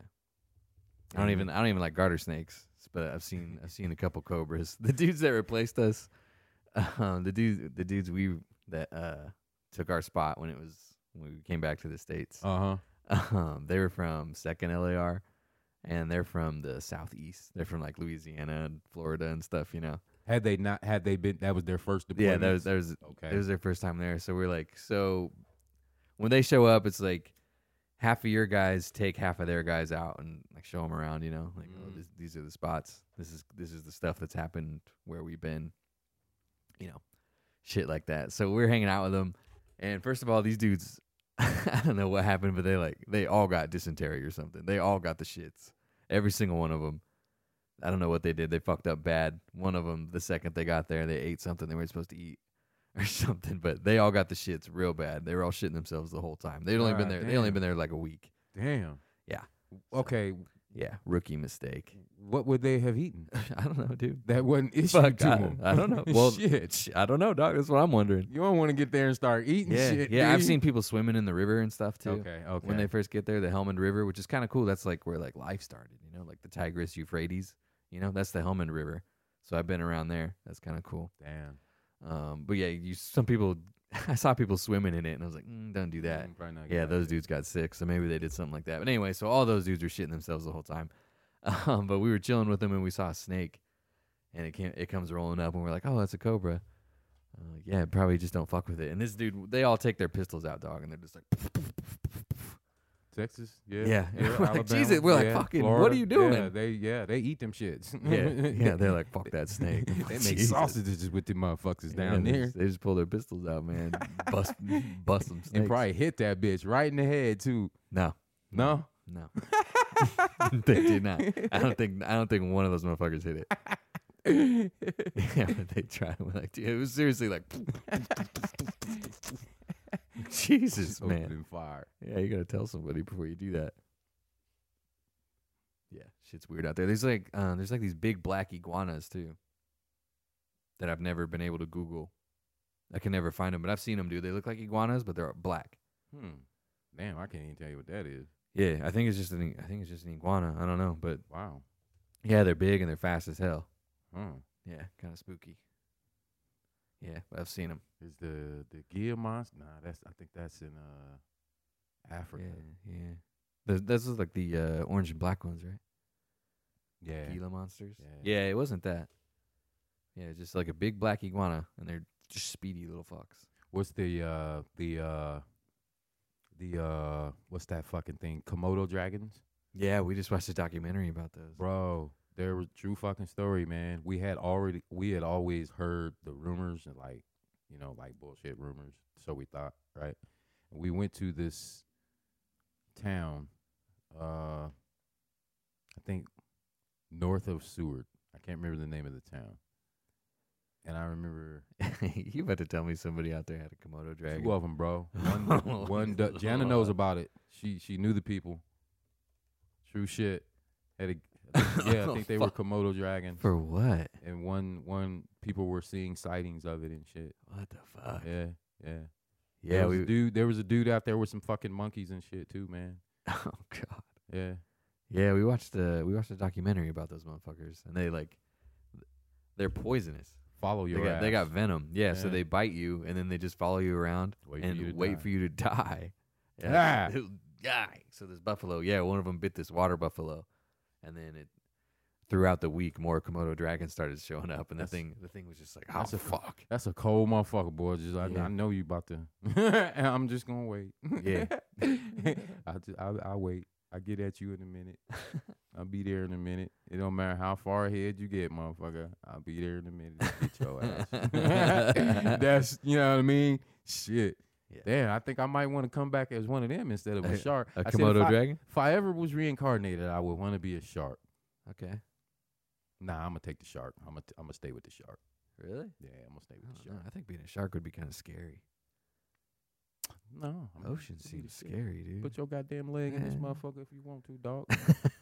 S1: I don't
S2: Yeah.
S1: even I don't even like garter snakes, but I've seen I've seen a couple cobras. The dudes that replaced us, um, the dudes the dudes we that uh took our spot when it was when we came back to the states.
S2: Uh huh.
S1: Um, they were from Second LAR, and they're from the southeast. They're from like Louisiana and Florida and stuff. You know.
S2: Had they not, had they been, that was their first
S1: Yeah,
S2: deployment.
S1: that was that was
S2: okay.
S1: it was their first time there, so we're like, so when they show up, it's like half of your guys take half of their guys out and like show them around, you know, like oh,
S2: Mm.
S1: this, these are the spots, this is this is the stuff that's happened where we've been, you know, shit like that. So we're hanging out with them, and first of all, these dudes, I don't know what happened, but they like they all got dysentery or something. They all got the shits, every single one of them. I don't know what they did. They fucked up bad. One of them, the second they got there, they ate something they weren't supposed to eat or something. But they all got the shits real bad. They were all shitting themselves the whole time. They'd only been
S2: God
S1: there. They only
S2: damn.
S1: been there like a week.
S2: Damn.
S1: Yeah.
S2: Okay.
S1: Yeah, rookie mistake.
S2: What would they have eaten?
S1: I don't know, dude.
S2: That wasn't issue
S1: Fuck,
S2: to
S1: I,
S2: them.
S1: I don't know. Well,
S2: shit.
S1: sh- I don't know, dog. That's what I'm wondering.
S2: You don't want to get there and start eating
S1: Yeah,
S2: shit.
S1: yeah. I've
S2: dude.
S1: seen people swimming in the river and stuff too.
S2: Okay. Okay.
S1: When they first get there, the Helmand River, which is kind of cool. That's like where like life started, you know, like the Tigris, Euphrates. You know, that's the Helmand River. So I've been around there. That's kind of cool.
S2: Damn.
S1: Um, but yeah, you some people. I saw people swimming in it, and I was like, mm, don't do that.
S2: Mm, probably not a good
S1: Yeah, those
S2: idea.
S1: dudes got sick, so maybe they did something like that. But anyway, so all those dudes were shitting themselves the whole time. Um, but we were chilling with them, and we saw a snake, and it came, it comes rolling up, and we're like, "Oh, that's a cobra." Uh, yeah, probably just don't fuck with it. And this dude, they all take their pistols out, dog, and they're just like,
S2: Texas. Yeah.
S1: Yeah. We're like,
S2: Alabama,
S1: "Jesus," we're like,
S2: yeah,
S1: "Fucking, what are
S2: Florida,
S1: you doing?"
S2: Yeah. They yeah they eat them shits.
S1: "Yeah, yeah." They're like, "Fuck that snake."
S2: they make
S1: Jesus.
S2: sausages with them motherfuckers
S1: Yeah,
S2: down
S1: they
S2: there.
S1: just- They just pull their pistols out, man. bust, bust them snakes.
S2: And probably hit that bitch right in the head too.
S1: no,
S2: No,
S1: no. they did not. I don't think. I don't think one of those motherfuckers hit it. yeah, but they tried. We're like, dude, it was seriously like, Jesus,
S2: Just
S1: man.
S2: opening fire.
S1: Yeah, you gotta tell somebody before you do that. Yeah, shit's weird out there. There's like, uh, there's like these big black iguanas too, that I've never been able to Google. I can never find them, but I've seen them, dude. They look like iguanas, but they're black.
S2: Hmm. Damn, I can't even tell you what that is.
S1: Yeah, I think it's just an, I think it's just an iguana. I don't know, but
S2: Wow. Hmm.
S1: yeah, they're big and they're fast as hell.
S2: Huh.
S1: Yeah, kind of spooky. Yeah, but I've seen them.
S2: Is the the Gila monster? Nah, that's I think that's in uh Africa.
S1: Yeah, yeah. Those, those was like the uh, orange and black ones, right?
S2: Yeah.
S1: Gila monsters.
S2: Yeah.
S1: it wasn't that. Yeah, it's just like a big black iguana, and they're just speedy little fucks.
S2: What's the uh the uh the uh what's that fucking thing? Komodo dragons?
S1: Yeah, we just watched a documentary about those.
S2: Bro, there was true fucking story, man. We had already we had always heard the rumors and like, you know, like bullshit rumors. So we thought, right? And we went to this town, uh I think north of Seward. I can't remember the name of the town. And I remember
S1: you about to tell me somebody out there had a Komodo dragon?
S2: Two of them, bro. One, one. du- Jana knows about it. She she knew the people. True shit. Had a, I think- yeah, I think they were Komodo dragon,
S1: For what?
S2: and one one people were seeing sightings of it and shit.
S1: What the fuck?
S2: Yeah, yeah,
S1: Yeah,
S2: There was
S1: we.
S2: a dude. There was a dude out there with some fucking monkeys and shit too, man.
S1: Oh god.
S2: Yeah,
S1: Yeah, we watched a we watched a documentary about those motherfuckers, and they like, they're poisonous.
S2: follow
S1: They
S2: your
S1: got, they got
S2: ass.
S1: venom. Yeah, so
S2: Yeah.
S1: they bite you, and then they just follow you around.
S2: Wait for
S1: and
S2: you to
S1: wait
S2: die.
S1: for you to die.
S2: Ah.
S1: He'll die. So this buffalo, yeah, one of them bit this water buffalo, and then it throughout the week more Komodo dragons started showing up, and the
S2: That's-
S1: thing the thing was just like, oh
S2: that's a-
S1: fuck,
S2: That's a cold motherfucker, boy. Just I,
S1: Yeah.
S2: I know you about to. and I'm just gonna wait.
S1: yeah,
S2: I just I I wait. I get at you in a minute. I'll be there in a minute. It don't matter how far ahead you get, motherfucker. I'll be there in a minute. to Get your ass. That's you know what I mean. Shit.
S1: Yeah.
S2: Damn, I think I might want to come back as one of them instead of
S1: A-
S2: a shark.
S1: A
S2: I said,
S1: Komodo
S2: if I,
S1: dragon?
S2: If I ever was reincarnated, I would want to be a shark.
S1: Okay.
S2: Nah, I'm gonna take the shark. I'm gonna t- I'm gonna stay with the shark.
S1: Really?
S2: Yeah, I'm gonna stay
S1: I,
S2: with the
S1: don't know.
S2: shark.
S1: I think being a shark would be kind of scary.
S2: No, I'm gonna
S1: Ocean
S2: stay with the
S1: seems
S2: shit.
S1: scary, dude.
S2: Oh, Put your goddamn leg in this
S1: Yeah.
S2: motherfucker if you want to, dog.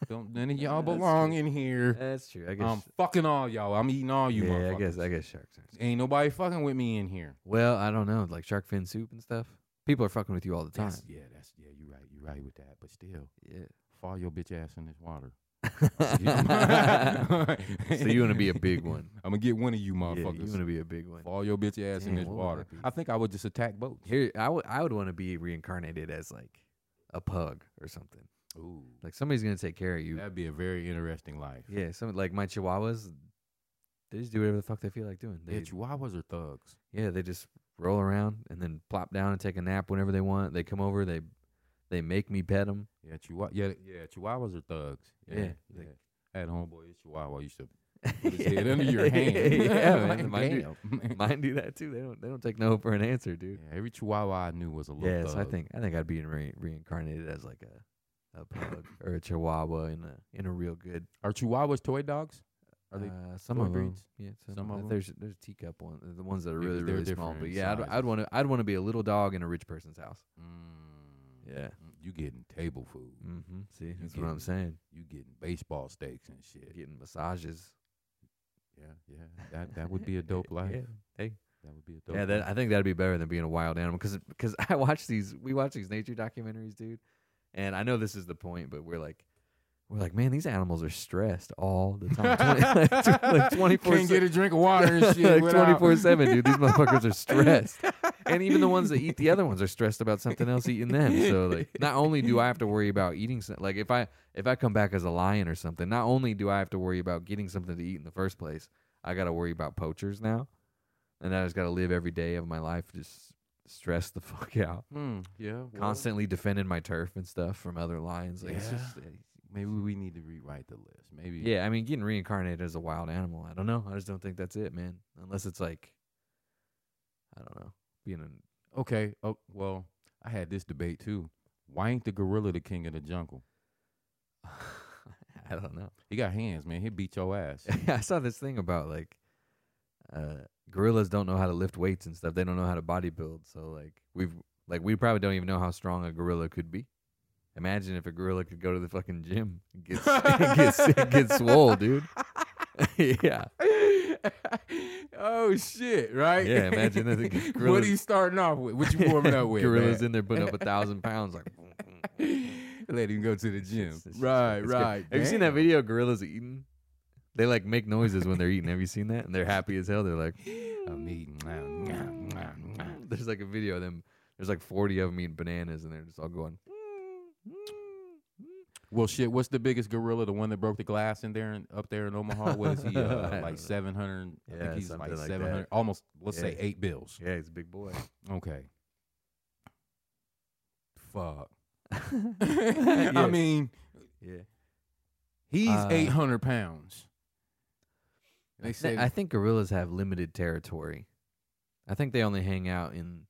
S2: Don't none of
S1: Yeah,
S2: y'all
S1: that's
S2: belong
S1: true.
S2: in here.
S1: That's true. I guess.
S2: I'm fucking all y'all. I'm eating all you
S1: yeah,
S2: motherfuckers.
S1: I guess. I guess sharks. Are
S2: Ain't nobody fucking with me in here.
S1: well, I don't know. Like shark fin soup and stuff. People are fucking with you all the time.
S2: That's, yeah, that's yeah. You right. You right with that. But still,
S1: Yeah.
S2: fall your bitch ass in this water.
S1: so you want to be a big one?
S2: I'm gonna get one of you
S1: Yeah, you
S2: motherfuckers.
S1: want to be a big one?
S2: fall your bitch ass
S1: Damn,
S2: in this
S1: what would I
S2: water.
S1: be?
S2: I think I would just attack boats.
S1: Here, I would. I would want to be reincarnated as like a pug or something.
S2: Ooh,
S1: Like somebody's gonna take care of you.
S2: that'd be a very interesting life.
S1: Yeah. Some like my chihuahuas. They just do whatever the fuck they feel like doing. They,
S2: Yeah, Chihuahuas are thugs.
S1: Yeah, they just roll around and then plop down and take a nap whenever they want. They come over, they they make me pet them.
S2: Yeah, Chihuahua. Yeah, yeah, Chihuahuas are thugs. Yeah,
S1: Yeah,
S2: yeah.
S1: like-
S2: I had a homeboy, his Chihuahua used to put his head under your hand.
S1: yeah,
S2: Like,
S1: mine, mine, do,
S2: damn.
S1: mine do that too. They don't they don't take no for an answer,
S2: Yeah,
S1: dude.
S2: every Chihuahua I knew was a little
S1: Yeah,
S2: thug.
S1: so I think I think I'd be re- reincarnated as like a a pug or a chihuahua in a in a real good.
S2: are Chihuahuas toy dogs? Are they?
S1: uh, some
S2: toy
S1: of them?
S2: breeds?
S1: Yeah, some,
S2: Some
S1: of
S2: of
S1: 'em. There's there's teacup ones, the ones that are
S2: Yeah, 'cause
S1: really
S2: they're
S1: really small.
S2: different
S1: But
S2: in
S1: yeah, I'd, I'd
S2: sizes.
S1: want to I'd want to be a little dog in a rich person's house.
S2: Mm,
S1: Yeah.
S2: mm, You getting table food?
S1: Mm-hmm. See,
S2: You
S1: that's what I'm
S2: getting-
S1: saying.
S2: You getting baseball steaks and shit?
S1: Getting massages.
S2: Yeah, yeah. That that would be a dope life.
S1: Yeah. Hey.
S2: That would be a dope.
S1: Yeah, that,
S2: life.
S1: I think that'd be better than being a wild animal because I watch these we watch these nature documentaries, dude, and I know this is the point, but we're like we're like, man, these animals are stressed all the time, twenty four
S2: Can't get a drink of water and shit. without-
S1: twenty four seven, dude. These motherfuckers are stressed, and even the ones that eat the other ones are stressed about something else eating them. So like, not only do I have to worry about eating some, like if I if I come back as a lion or something, not only do I have to worry about getting something to eat in the first place, I got to worry about poachers now, and I just got to live every day of my life just stressed the fuck out,
S2: Hmm, yeah. well,
S1: constantly defending my turf and stuff from other lions. Like, it's
S2: Yeah.
S1: just, eh,
S2: Maybe we need to rewrite the list. Maybe.
S1: yeah, I mean, getting reincarnated as a wild animal, I don't know. I just don't think that's it, man. Unless it's like, I don't know, being an
S2: Okay. Oh well, I had this debate too. Why ain't the gorilla the king of the jungle?
S1: I don't know.
S2: He got hands, man. He beat your ass.
S1: I saw this thing about like uh gorillas don't know how to lift weights and stuff. They don't know how to bodybuild. So like we've like we probably don't even know how strong a gorilla could be. Imagine if a gorilla could go to the fucking gym and get and get, and get swole, dude. yeah.
S2: oh shit! Right?
S1: Yeah, imagine that the
S2: what
S1: gorillas-
S2: are you starting off with? What you warming up with?
S1: gorillas
S2: man?
S1: in there putting up a thousand pounds like
S2: Let him go to the gym.
S1: It's- it's just-
S2: right,
S1: it's good.
S2: right.
S1: Have you seen that
S2: Damn.
S1: video of gorillas eating? They like make noises when they're eating. Have you seen that? And they're happy as hell. They're like
S2: I'm eating.
S1: There's like a video of them. There's like 40 of them eating bananas, and they're just all going. "Mm,
S2: Well, shit. What's the biggest gorilla? The one that broke the glass in there, in, up there in Omaha? Was he
S1: I
S2: uh,
S1: don't know.
S2: like seven hundred? I
S1: Yeah,
S2: think he's
S1: something
S2: like
S1: like that.
S2: seven hundred. almost. Let's say
S1: Yeah.
S2: eight bills.
S1: Yeah, he's a big boy.
S2: Okay. Fuck. I
S1: Yes.
S2: mean,
S1: Yeah.
S2: he's
S1: Uh,
S2: eight hundred pounds. They
S1: I,
S2: say
S1: thi- I think gorillas have limited territory. I think they only hang out in.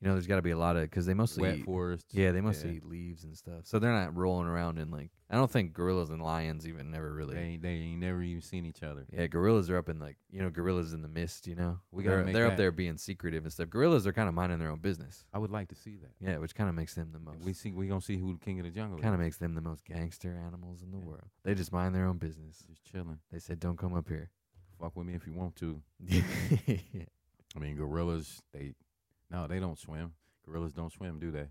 S1: You know, there's got to be a lot of because they mostly
S2: wet
S1: eat,
S2: forests.
S1: yeah they mostly
S2: yeah.
S1: eat leaves and stuff, so they're not rolling around in like I don't think gorillas and lions even never
S2: They
S1: really.
S2: ain't, they ain't never even seen each other.
S1: Yeah, gorillas are up in like you know gorillas in the mist. You know,
S2: We gotta
S1: They're-
S2: make
S1: they're up
S2: that-
S1: there being secretive and stuff. Gorillas are kind of minding their own business.
S2: I would like to see that.
S1: Yeah, which kind of makes them the most.
S2: We see. We gonna see who the king of the jungle.
S1: Kind of
S2: is.
S1: makes them the most gangster animals in the
S2: Yeah.
S1: world. They just mind their own business.
S2: just chilling.
S1: They said, "Don't come up here."
S2: Fuck with me if you want to.
S1: yeah.
S2: I mean, gorillas. They no, they don't swim. Gorillas don't swim, do they?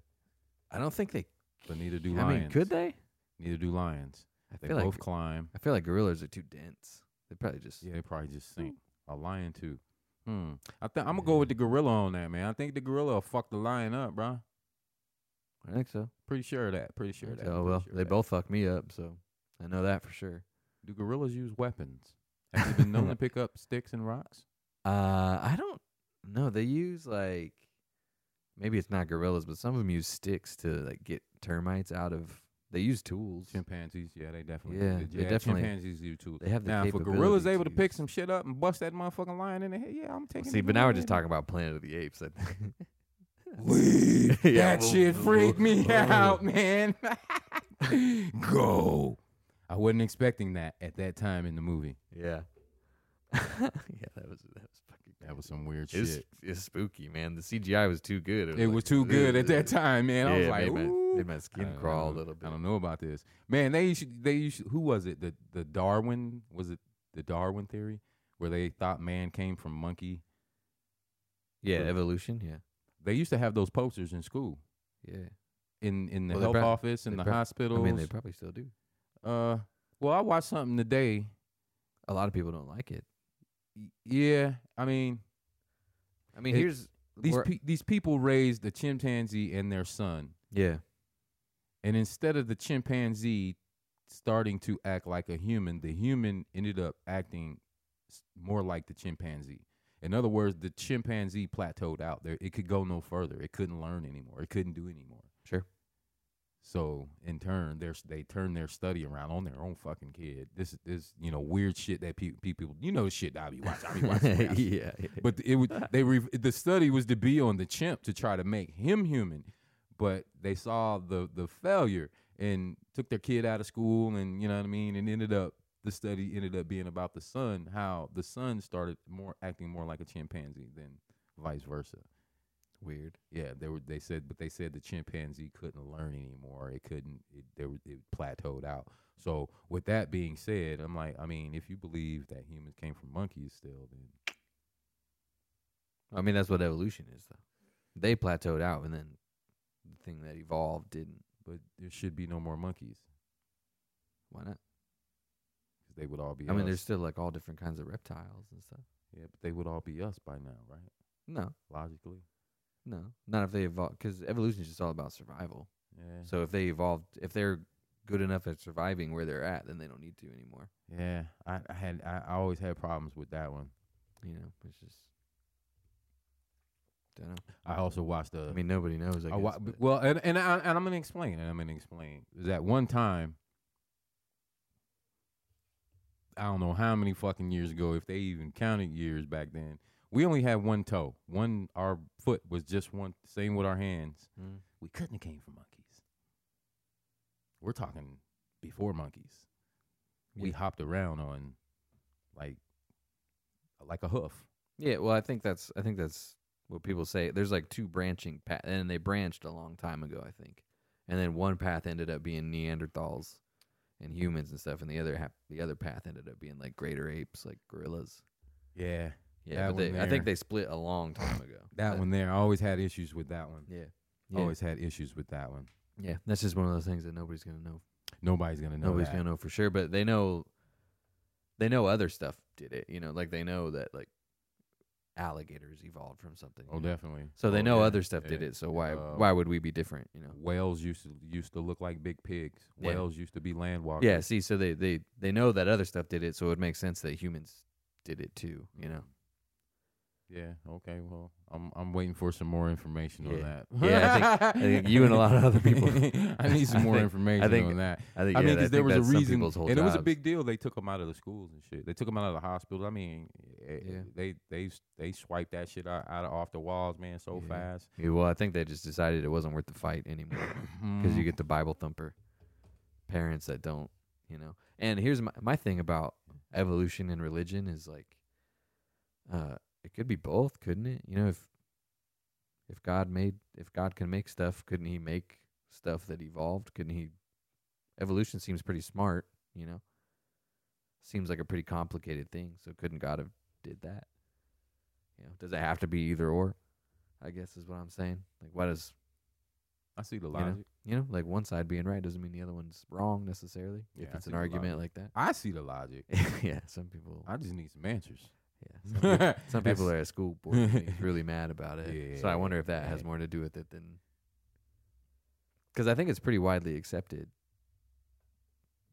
S1: I don't think they.
S2: But neither do
S1: I
S2: lions.
S1: mean, could they?
S2: Neither do lions.
S1: I
S2: They
S1: feel like
S2: both climb.
S1: I feel like gorillas are too dense. They probably just.
S2: Yeah, they probably just sink. A lion too. Hmm. I think I'm gonna go with the gorilla on that, man. I think the gorilla will fuck the lion up, bro.
S1: I think so.
S2: Pretty sure of that. Pretty sure of
S1: oh
S2: that. pretty
S1: well,
S2: sure of
S1: they
S2: that.
S1: both fucked me up, so I know that for sure.
S2: Do gorillas use weapons? Have you been known to pick up sticks and rocks?
S1: Uh, I don't know. They use like maybe it's not gorillas, but some of them use sticks to like get termites out of They use tools.
S2: Chimpanzees, yeah, they definitely,
S1: Yeah,
S2: do.
S1: they definitely-
S2: chimpanzees do too.
S1: They have the
S2: Now, if a
S1: capability
S2: gorilla's able to
S1: use-
S2: pick some shit up and bust that motherfucking lion in the head, yeah, I'm taking.
S1: See,
S2: the
S1: but now we're
S2: lion.
S1: just talking about Planet of the Apes. I think.
S2: Leave.
S1: Yeah.
S2: That shit freaked me
S1: Oh.
S2: out, man. Go. I wasn't expecting that at that time in the movie.
S1: yeah. yeah, that was that was fucking.
S2: That was some weird
S1: It's
S2: shit.
S1: it's spooky, man. The CGI was too good.
S2: It was too good at that time, man. I was
S1: yeah,
S2: like,
S1: it made
S2: Ooh.
S1: my, made my
S2: I
S1: skin
S2: don't- I
S1: crawl a
S2: don't-
S1: little bit.
S2: I don't know about this, man. They used, they used, who was it? The the Darwin was it the Darwin theory where they thought man came from monkey.
S1: Yeah,
S2: But-
S1: evolution. Yeah,
S2: They used to have those posters in school,
S1: yeah.
S2: in in the
S1: Well, they
S2: health
S1: prob-
S2: office, in
S1: they
S2: the
S1: prob- I
S2: hospitals.
S1: mean, they probably still do.
S2: uh, well, I watched something today.
S1: A lot of people don't like it.
S2: Y- Yeah, I mean,
S1: I mean,
S2: It-
S1: here's
S2: these
S1: where-
S2: pe- these people raised a chimpanzee and their son,
S1: yeah,
S2: and instead of the chimpanzee starting to act like a human, the human ended up acting s- more like the chimpanzee. In other words, the chimpanzee plateaued out. There, it could go no further. It couldn't learn anymore. It couldn't do anymore.
S1: Sure.
S2: So in turn, there's they turned their study around on their own fucking kid. This is you know weird shit that people people you know shit that I be watching. I be watching rap
S1: yeah, yeah.
S2: but it was they re, the study was to be on the chimp to try to make him human, but they saw the the failure and took their kid out of school and you know what I mean and ended up the study ended up being about the son how the son started more acting more like a chimpanzee than vice versa.
S1: weird.
S2: Yeah, they were they said but they said the chimpanzee couldn't learn anymore. It couldn't it there was it plateaued out. So with that being said, I'm like I mean if you believe that humans came from monkeys still then
S1: I mean, that's what evolution is, though. They plateaued out, and then the thing that evolved didn't.
S2: but there should be no more monkeys.
S1: Why not?
S2: 'cause they would all be.
S1: I mean,
S2: us.
S1: there's still like all different kinds of reptiles and stuff.
S2: yeah, but they would all be us by now, right?
S1: No,
S2: Logically,
S1: no, not if they evolved, because evolution is just all about survival.
S2: yeah,
S1: So if they evolved, if they're good enough at surviving where they're at, then they don't need to anymore.
S2: yeah. I, I had I I always had problems with that one.
S1: You know, it's just. Don't know.
S2: I also watched the.
S1: I mean, nobody knows. I,
S2: I
S1: guess,
S2: wa-
S1: but-
S2: well, and and, I, and I'm gonna explain, and I'm gonna explain is that one time. I don't know how many fucking years ago, if they even counted years back then. We only had one toe. One our foot was just one. Same with our hands.
S1: Mm.
S2: we couldn't have came from monkeys. We're talking before monkeys. We
S1: Yeah.
S2: hopped around on like like a hoof.
S1: Yeah, well, I think that's I think that's what people say. There's like two branching path, and they branched a long time ago, I think. And then one path ended up being Neanderthals and humans and stuff, and the other hap- the other path ended up being like greater apes, like gorillas.
S2: Yeah.
S1: Yeah,
S2: That
S1: but they,
S2: one
S1: I think
S2: there.
S1: they split a long time ago.
S2: That
S1: But-
S2: one there. I always had issues with that one.
S1: Yeah.
S2: I
S1: Yeah.
S2: Always had issues with that one.
S1: yeah, that's just one of those things that nobody's gonna know.
S2: Nobody's gonna know.
S1: nobody's
S2: that.
S1: gonna know for sure, but they know. They know other stuff did it, you know, like they know that like alligators evolved from something.
S2: Oh
S1: you know?
S2: definitely.
S1: So they
S2: Oh,
S1: know
S2: yeah,
S1: other stuff did
S2: yeah.
S1: it. So why
S2: Uh,
S1: why would we be different? You know.
S2: Whales used to used to look like big pigs.
S1: Yeah.
S2: Whales used to be land walkers.
S1: Yeah. See, so they they they know that other stuff did it, so it makes sense that humans did it too. You know.
S2: Yeah. Okay. Well, I'm I'm waiting for some more information on
S1: Yeah.
S2: that.
S1: Yeah,
S2: I
S1: think you and a lot of other people-
S2: I need
S1: I
S2: some more
S1: think- I
S2: information
S1: think-
S2: on that.
S1: I think.
S2: I
S1: yeah,
S2: mean, because there
S1: think
S2: was a
S1: that's some
S2: reason,
S1: people's whole
S2: and it was a
S1: jobs.
S2: big deal. They took them out of the schools and shit. They took them out of the hospitals. I mean, eh,
S1: Yeah.
S2: they they they swiped that shit out, out of off the walls, man, so
S1: Yeah.
S2: fast.
S1: Yeah, well, I think they just decided it wasn't worth the fight anymore because
S2: Mm-hmm. Mm.
S1: you get the Bible thumper parents that don't. You know. And here's my my thing about evolution and religion is like, uh, it could be both, couldn't it? You know, if if God made if God can make stuff, couldn't He make stuff that evolved? Couldn't He? Evolution seems pretty smart, you know. Seems like a pretty complicated thing, so couldn't God have did that? You know, does it have to be either or? I guess is what I'm saying. Like, why does
S2: I see the
S1: you know,
S2: logic.
S1: you know like one side being right doesn't mean the other one's wrong necessarily?
S2: Yeah,
S1: if
S2: I
S1: it's
S2: see
S1: an
S2: the
S1: argument like that,
S2: I see the logic.
S1: yeah. Some people,
S2: I just need some answers.
S1: yeah. Some people, some people
S2: That's-
S1: are at school board meetings really mad about it. so I wonder if that has
S2: Yeah.
S1: more to do with it than because I think it's pretty widely accepted.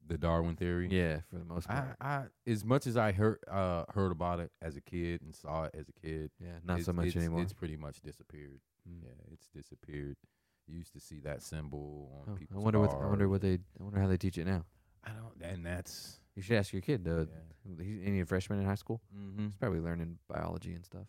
S2: The Darwin theory.
S1: Yeah, for the most part.
S2: I, I as much as I heard uh, heard about it as a kid and saw it as a kid,
S1: yeah, not so
S2: it's-
S1: much
S2: it's-
S1: anymore.
S2: It's pretty much disappeared.
S1: Mm.
S2: Yeah, it's disappeared. You used to see that symbol on
S1: Oh, I
S2: people's
S1: wonder what I
S2: cars.
S1: wonder what they I wonder how they teach it now.
S2: I don't. And that's.
S1: You should ask your kid. Uh,
S2: yeah.
S1: He's any freshman in high school?
S2: Mm-hmm.
S1: He's probably learning biology and stuff.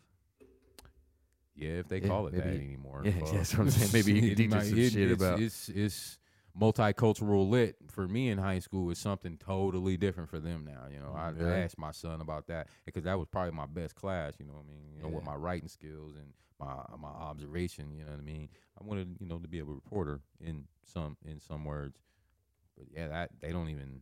S2: Yeah, if they
S1: Yeah,
S2: call it that
S1: maybe-
S2: anymore.
S1: yeah, yeah,
S2: fuck.
S1: that's what I'm saying. Maybe he
S2: It
S1: teaches
S2: might-
S1: some
S2: it-
S1: shit
S2: it's,
S1: about-
S2: It's, it's multicultural lit for me in high school is something totally different for them now. You know, I, I
S1: Yeah.
S2: asked my son about that because that was probably my best class. You know what I mean? You know, with
S1: Yeah.
S2: my writing skills and my my observation. You know what I mean? I wanted you know to be a reporter in some in some words, but yeah, that they don't even.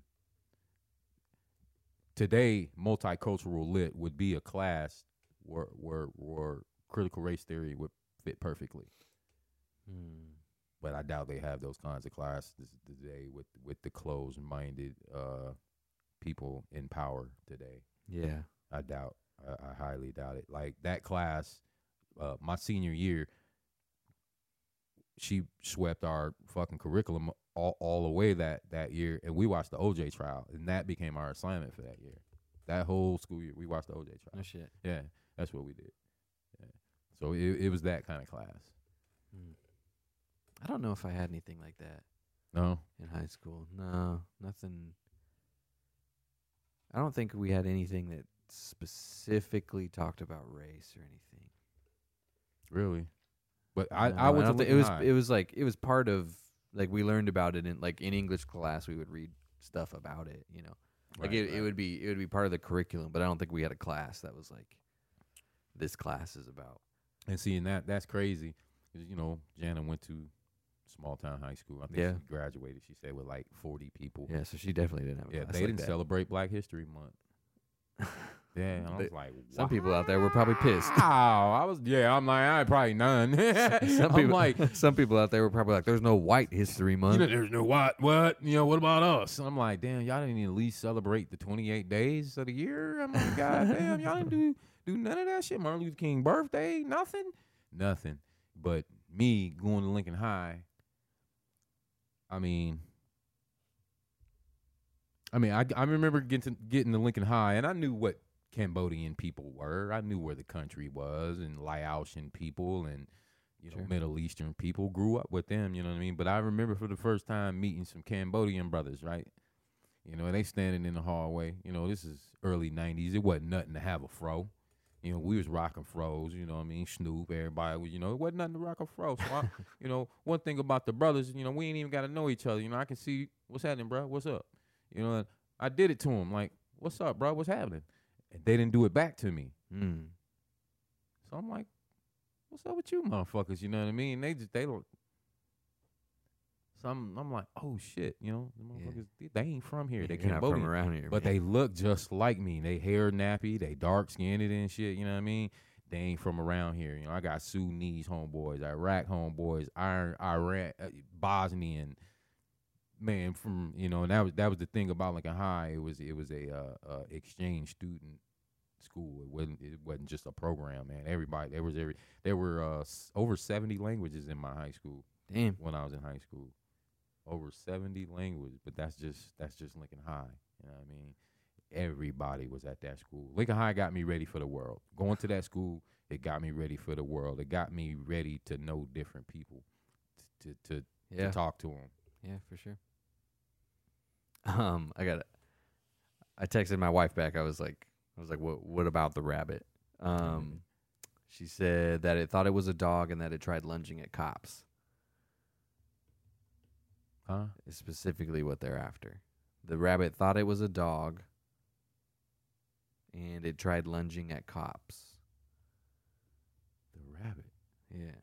S2: Today, multicultural lit would be a class where where where critical race theory would fit perfectly Hmm. but I doubt they have those kinds of classes today with with the closed minded uh, people in power today.
S1: Yeah.
S2: I doubt. I, I highly doubt it. Like that class, uh, my senior year, she swept our fucking curriculum all all the way that that year, and we watched the OJ trial, and that became our assignment for that year. That whole school year, we watched the OJ trial.
S1: No shit.
S2: Yeah, that's what we did. Yeah. So it it was that kind of class.
S1: I don't know if I had anything like that
S2: No,
S1: in high school. No, nothing. I don't think we had anything that specifically talked about race or anything.
S2: really. But I,
S1: No,
S2: I went to
S1: don't thi-
S2: Lincoln
S1: it was
S2: High.
S1: it was like it was part of like we learned about it in like in English class we would read stuff about it, you know. Like
S2: Right,
S1: it, it
S2: right.
S1: would be it would be part of the curriculum, but I don't think we had a class that was like this class is about.
S2: and seeing that that's crazy 'Cause, you know Jana went to small town high school. I think
S1: Yeah.
S2: she graduated. She said with like forty people.
S1: Yeah, so she definitely didn't have a
S2: Yeah,
S1: class
S2: they
S1: like
S2: didn't
S1: that.
S2: celebrate Black History Month. Yeah, and I
S1: They-
S2: was like,
S1: Some people out there were probably pissed.
S2: Wow, I was yeah, I'm like I probably none.
S1: some
S2: I'm
S1: people
S2: like,
S1: some people out there were probably like there's no white history
S2: you
S1: month.
S2: know, there's no what, what, you know, what about us? I'm like, damn, y'all didn't even at least celebrate the 28 days of the year. I'm like, god damn, y'all didn't do do none of that shit. Martin Luther King birthday, nothing, nothing. But me going to Lincoln High, I mean, I mean, I, I remember getting to, getting to Lincoln High, and I knew what Cambodian people were. I knew where the country was, and Laotian people, and you know,
S1: Sure.
S2: Middle Eastern people grew up with them. You know what I mean? But I remember for the first time meeting some Cambodian brothers, right? You know, they standing in the hallway. You know, this is early '90s. It wasn't nothing to have a fro. You know, we was rocking froze. You know what I mean? Snoop, everybody. was- You know, it wasn't nothing to rock a fro. So, I, you know, one thing about the brothers, you know, we ain't even got to know each other. You know, I can see what's happening, bro. What's up? You know, and I did it to him. Like, what's up, bro? What's happening? And they didn't do it back to me.
S1: Mm.
S2: So I'm like, what's up with you motherfuckers? You know what I mean? They just, they don't. So I'm, I'm like, oh shit, you know, the
S1: Yeah.
S2: motherfuckers, they- they ain't from here.
S1: Yeah,
S2: They
S1: you're not
S2: Cambodian.
S1: from around here,
S2: But
S1: man.
S2: they look just like me. They hair nappy, they dark skinned and shit, you know what I mean? They ain't from around here. You know, I got Sudanese homeboys, Iraq homeboys, Iron Iran uh, Bosnian man from, you know, and that was that was the thing about Lincoln High. It was it was a uh, uh exchange student school. It wasn't it wasn't just a program, man. Everybody there was every there were uh s- over 70 languages in my high school
S1: damn,
S2: when I was in high school. Over seventy languages, but that's just that's just Lincoln High. You know what I mean? Everybody was at that school. Lincoln High got me ready for the world. Going to that school, it got me ready for the world. It got me ready to know different people, t- to to,
S1: yeah,
S2: to talk to them.
S1: yeah, for sure. Um, I got. I texted my wife back. I was like, I was like, what? What about the rabbit?
S2: Mm-hmm.
S1: Um, she said that it thought it was a dog and that it tried lunging at cops.
S2: Huh?
S1: Is specifically what they're after. The rabbit thought it was a dog, and it tried lunging at cops.
S2: The rabbit.
S1: Yeah,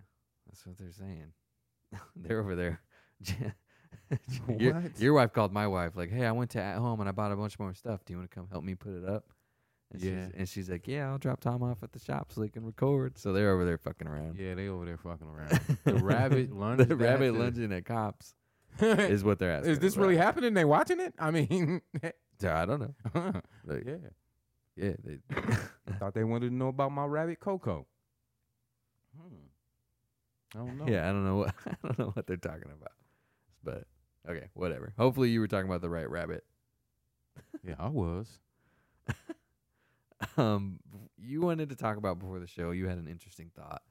S1: that's what they're saying. they're over there. Jan- your,
S2: What?
S1: your wife called my wife like, "Hey, I went to at home and I bought a bunch more stuff. Do you want to come help me put it up?" And
S2: Yeah.
S1: she's, and she's like, "Yeah, I'll drop Tom off at the shop so they can record." So they're over there fucking around.
S2: Yeah, they over there fucking around. The rabbit lunges.
S1: the rabbit lunging at cops
S2: is,
S1: is what they're asking.
S2: is this
S1: about.
S2: really happening? They watching it? I mean,
S1: So I don't know.
S2: yeah.
S1: Like, yeah, they,
S2: Thought they wanted to know about my rabbit Coco. Hmm. I don't know.
S1: yeah, I don't know. What, I don't know what they're talking about. But okay, whatever. Hopefully, you were talking about the right rabbit.
S2: yeah, I was.
S1: um you wanted to talk about before the show you had an interesting thought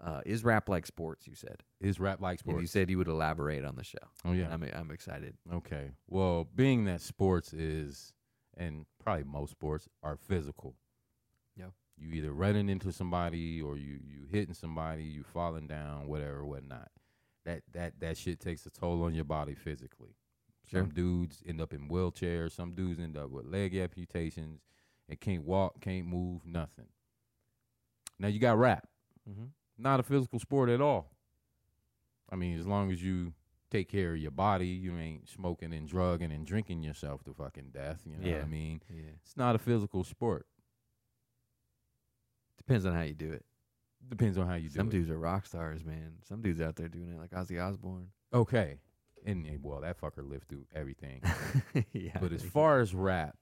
S1: Uh, is rap like sports? You said.
S2: Is rap like
S1: And
S2: sports?
S1: you said you would elaborate on the show.
S2: oh yeah.
S1: I'm I'm excited.
S2: Okay. Well, being that sports is, and probably most sports are physical.
S1: Yeah.
S2: You either running into somebody or you you hitting somebody, you falling down, whatever, whatnot. That that that shit takes a toll on your body physically.
S1: Sure.
S2: Some dudes end up in wheelchairs. Some dudes end up with leg amputations and can't walk, can't move, nothing. Now you got rap
S1: Mm-hmm.
S2: not a physical sport at all. I mean, as long as you take care of your body, you ain't smoking and drugging and drinking yourself to fucking death. You know what
S1: Yeah.
S2: I mean?
S1: Yeah.
S2: It's not a physical sport.
S1: Depends on how you do it.
S2: Depends on how you do
S1: Some
S2: it.
S1: dudes are rock stars, man. Some dudes out there doing it like Ozzy Osbourne.
S2: Okay. And, and, well, that fucker lived through everything.
S1: yeah.
S2: but as far as rap,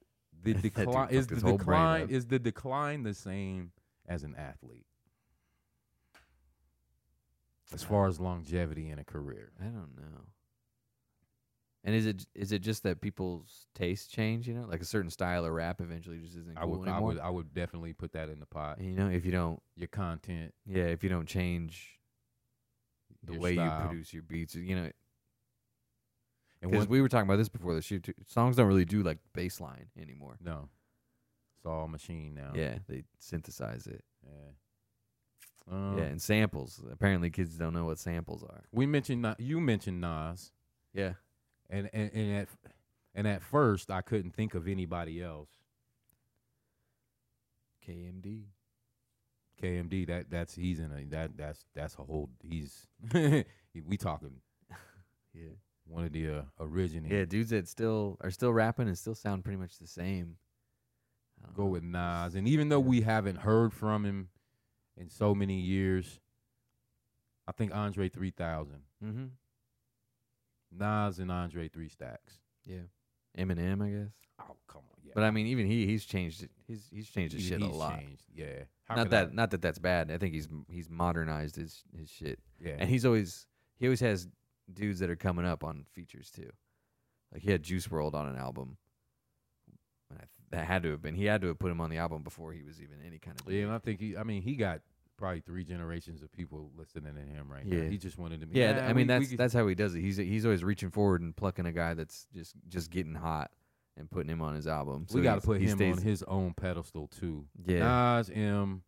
S2: the
S1: That dude
S2: decline is
S1: fucked
S2: the
S1: his whole brain
S2: decline
S1: up.
S2: is the decline the same as an athlete. As far as longevity in a career.
S1: I don't know. And is it is it just that people's tastes change? You know, like a certain style of rap eventually just isn't
S2: I
S1: cool
S2: would I
S1: anymore.
S2: would I would definitely put that in the pot.
S1: And, you know, if you don't,
S2: Your content,
S1: yeah, if you don't change the
S2: your
S1: way
S2: style.
S1: you produce your beats, you know,
S2: And
S1: because
S2: one,
S1: we were talking about this before the shoot. Too. Songs don't really do like bass line anymore.
S2: no, it's all machine now.
S1: Yeah, they synthesize it.
S2: Yeah. Um,
S1: yeah, and samples. Apparently, kids don't know what samples are.
S2: We mentioned Na- you mentioned Nas,
S1: Yeah,
S2: and and and at and at first I couldn't think of anybody else.
S1: KMD.
S2: KMD, that that's he's in a that that's that's a whole he's we talking
S1: Yeah.
S2: one of the uh,
S1: Yeah,
S2: originating.
S1: dudes that still are still rapping and still sound pretty much the same. I don't
S2: Go
S1: know.
S2: with Nas, and even though we haven't heard from him in so many years, I think Andre three thousand,
S1: Mhm.
S2: Nas and Andre three stacks.
S1: Yeah. Eminem, I guess.
S2: Oh come on, yeah.
S1: But I mean, even he he's changed it. He's he's changed his
S2: He-
S1: shit a
S2: he's
S1: lot.
S2: changed, Yeah. How
S1: not
S2: could I-
S1: that not that that's bad. I think he's he's modernized his his shit,
S2: yeah.
S1: and he's always he always has dudes that are coming up on features too. Like he had Juice World on an album. And I, that had to have been he had to have put him on the album before he was even any kind of
S2: yeah, and I think he. I mean, he got probably three generations of people listening to him right now.
S1: Yeah.
S2: He just wanted to. be-
S1: Yeah, th- I mean
S2: we- we
S1: that's
S2: could-
S1: that's how he does it. He's he's always reaching forward and plucking a guy that's just just getting hot and putting him on his album. So
S2: we got to
S1: he's-
S2: put
S1: he
S2: him
S1: stays,
S2: on his own pedestal too.
S1: Yeah,
S2: Nas, M,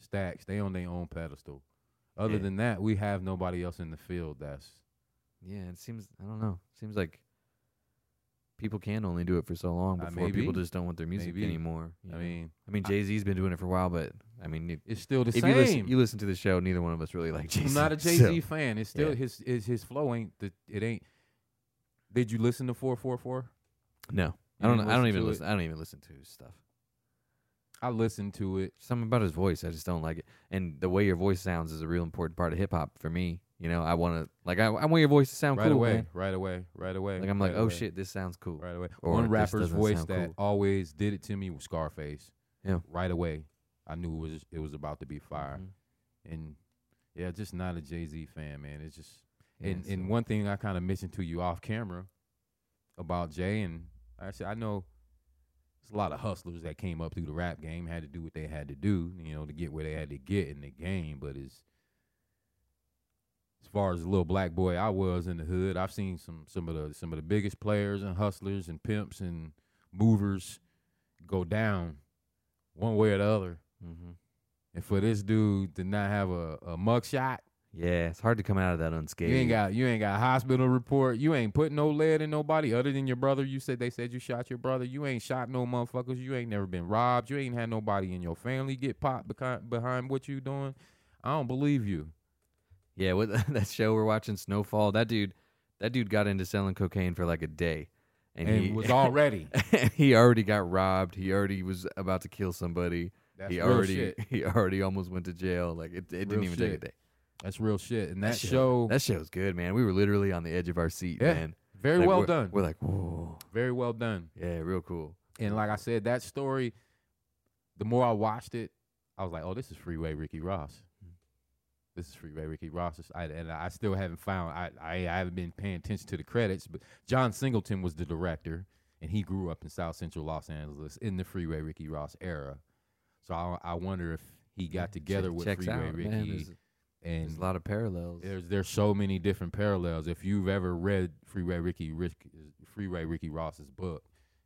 S2: Stacks, they on their own pedestal. Other
S1: Yeah.
S2: than that, we have nobody else in the field that's.
S1: yeah. It seems I don't know. Seems like people can only do it for so long
S2: Uh,
S1: before people
S2: maybe.
S1: just don't want their music
S2: Maybe.
S1: anymore. you
S2: I
S1: know?
S2: mean,
S1: I mean
S2: I-
S1: Jay Z's been doing it for a while, but I mean, if,
S2: it's still the
S1: if
S2: same.
S1: you listen, you listen to the show, neither one of us really like Jay Z.
S2: I'm not a Jay Z fan. It's still
S1: yeah.
S2: his, his his flow ain't the it ain't. Did you listen to four four four?
S1: no, I
S2: You
S1: don't.
S2: didn't
S1: I don't
S2: listen
S1: even
S2: to it?
S1: listen. I don't even listen to his stuff.
S2: I listened to it.
S1: something about his voice. I just don't like it. And the way your voice sounds is a real important part of hip hop for me. You know, I want to like I, I want your voice to sound
S2: right
S1: cool,
S2: away,
S1: man.
S2: right away, right away.
S1: Like I'm like,
S2: right
S1: oh
S2: away,
S1: shit, this sounds cool.
S2: right away.
S1: or
S2: One
S1: this
S2: rapper's
S1: doesn't
S2: voice
S1: sound
S2: that
S1: cool.
S2: always did it to me was Scarface.
S1: Yeah.
S2: right away, I knew it was it was about to be fire.
S1: Mhm.
S2: And yeah, just not a Jay Z fan, man. It's just
S1: Yeah,
S2: and
S1: so-
S2: and one thing I kind of mentioned to you off camera about Jay and actually I know it's a lot of hustlers that came up through the rap game had to do what they had to do, you know, to get where they had to get in the game. But it's as far as the little black boy I was in the hood, I've seen some some of the some of the biggest players and hustlers and pimps and movers go down one way or the other.
S1: Mhm.
S2: And for this dude to not have a, a mug shot,
S1: yeah, it's hard to come out of that unscathed.
S2: you ain't got you ain't got a hospital report. You ain't put no lead in nobody other than your brother. You said they said you shot your brother. You ain't shot no motherfuckers. You ain't never been robbed. You ain't had nobody in your family get popped behind, behind what you doing. I don't believe you.
S1: yeah, what that show we're watching, Snowfall. That dude, that dude got into selling cocaine for like a day, and,
S2: And,
S1: he
S2: was already
S1: he already got robbed. He already was about to kill somebody.
S2: that's
S1: he
S2: real
S1: already
S2: shit.
S1: he already almost went to jail. Like it, it
S2: Real
S1: didn't even take a
S2: shit.
S1: day.
S2: That's real shit. And that,
S1: shit-
S2: show
S1: that show's good, man. We were literally on the edge of our seat,
S2: Yeah.
S1: man.
S2: very
S1: Like,
S2: well
S1: we're-
S2: done.
S1: We're like, whoa,
S2: Very well done.
S1: yeah, real cool.
S2: And like I said, that story, the more I watched it, I was like, oh, this is Freeway Ricky Ross. This is Freeway Ricky Ross. It's- I, and I still haven't found, I, I, I haven't been paying attention to the credits, but John Singleton was the director, and he grew up in South Central Los Angeles in the Freeway Ricky Ross era. So I, I wonder if he got together
S1: Check-
S2: with
S1: checks
S2: Freeway
S1: out,
S2: Ricky
S1: man. There's-
S2: and
S1: There's a lot of parallels.
S2: there's there's so many different parallels. If you've ever read Freeway Ricky Rick, Freeway Ricky Ross's book,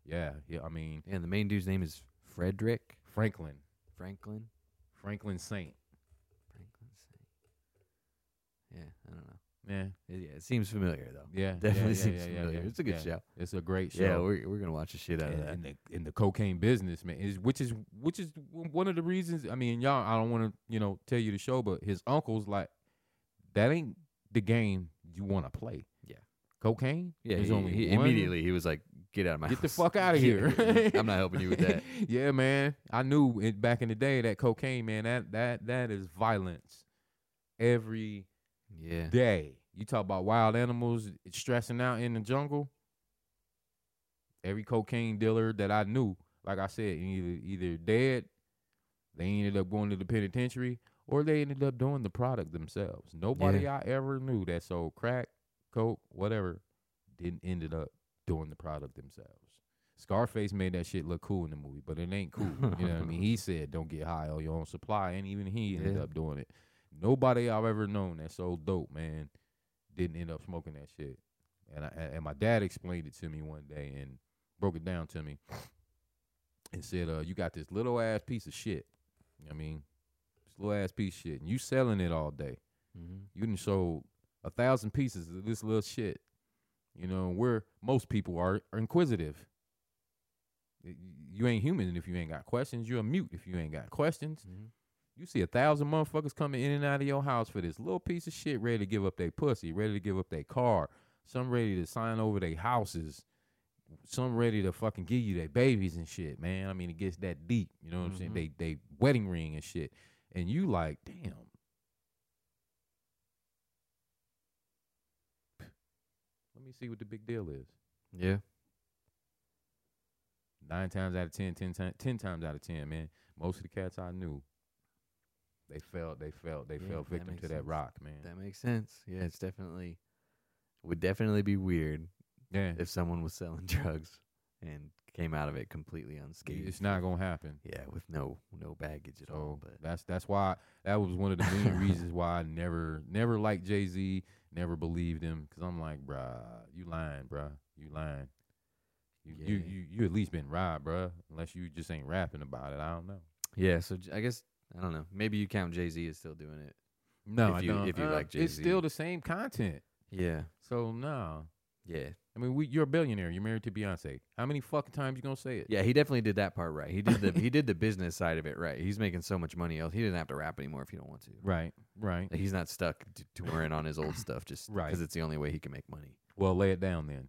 S2: yeah, yeah. I mean
S1: Yeah, the main dude's name is Frederick
S2: Franklin,
S1: Franklin.
S2: Franklin Saint.
S1: Franklin. Saint. Yeah, I don't know.
S2: Yeah,
S1: It, yeah, it seems familiar though.
S2: yeah,
S1: Definitely
S2: yeah, yeah,
S1: seems
S2: yeah, yeah,
S1: familiar.
S2: yeah,
S1: It's a good
S2: yeah.
S1: show.
S2: It's a great show.
S1: Yeah, we're we're gonna watch the shit out of
S2: in,
S1: that.
S2: in the in the cocaine business, man. Is which is which is w- one of the reasons. I mean, y'all, I don't want to you know tell you the show, but his uncle's like that ain't the game you want to play.
S1: Yeah.
S2: cocaine.
S1: Yeah,
S2: There's
S1: he,
S2: only
S1: he-
S2: one-
S1: immediately he was like, "Get out of my
S2: Get the
S1: house.
S2: fuck outta
S1: Yeah,
S2: here.
S1: I'm not helping you with that."
S2: yeah, man. I knew it back in the day that cocaine, man. That that that is violence every
S1: Yeah,
S2: day. You talk about wild animals stressing out in the jungle. Every cocaine dealer that I knew, like I said, either either dead, they ended up going to the penitentiary, or they ended up doing the product themselves. Nobody I ever knew that sold crack, coke, whatever, didn't ended up doing the product themselves. Scarface made that shit look cool in the movie, but it ain't cool. You know what I mean? He said, "Don't get high on your own supply," and even he ended
S1: Yeah.
S2: up doing it. Nobody I've ever known that sold dope, man, didn't end up smoking that shit. And I, and my dad explained it to me one day and broke it down to me and said, "Uh, you got this little ass piece of shit. I mean, this little ass piece of shit, and you selling it all day.
S1: Mhm.
S2: You done sold a thousand pieces of this little shit. You know, where most people are, are inquisitive. Y- You ain't human if you ain't got questions. You're a mute if you ain't got questions.
S1: Mhm.
S2: You see a thousand motherfuckers coming in and out of your house for this little piece of shit, ready to give up their pussy, ready to give up their car, some ready to sign over their houses, some ready to fucking give you their babies and shit, man. I mean, it gets that deep, you know what I'm saying?
S1: Mhm.
S2: They they wedding ring and shit, and you like, damn. Let me see what the big deal is.
S1: yeah.
S2: Nine times out of ten, ten times, ten times out of ten, man. Most of the cats I knew, they felt, they felt, they
S1: Yeah,
S2: fell
S1: that
S2: victim
S1: makes
S2: to that
S1: sense.
S2: rock, man.
S1: That makes sense. Yeah, it's definitely would definitely be weird
S2: yeah,
S1: if someone was selling drugs and came out of it completely unscathed.
S2: it's not gonna happen.
S1: yeah, with no no baggage at all.
S2: So
S1: But
S2: that's that's why that was one of the main reasons why I never never liked Jay Z, never believed him, because I'm like, bruh, you lying, bruh, you lying. You, you
S1: Yeah.
S2: you you at least been robbed, bruh. Unless you just ain't rapping about it, I don't know.
S1: yeah, so j- I guess I don't know. Maybe you count Jay Z as still doing it.
S2: No,
S1: If
S2: I
S1: you-
S2: don't. uh,
S1: if you like
S2: it's
S1: Jay-Z.
S2: still the same content.
S1: Yeah,
S2: So no,
S1: yeah,
S2: I mean, we, you're a billionaire. You're married to Beyonce. How many fucking times you gonna say it?
S1: yeah. He definitely did that part right. He did the he did the business side of it right. He's making so much money. Else he didn't have to rap anymore if you don't want to.
S2: Right, right.
S1: He's not stuck t- touring on his old stuff just because
S2: Right.
S1: it's the only way he can make money.
S2: Well, lay it down then.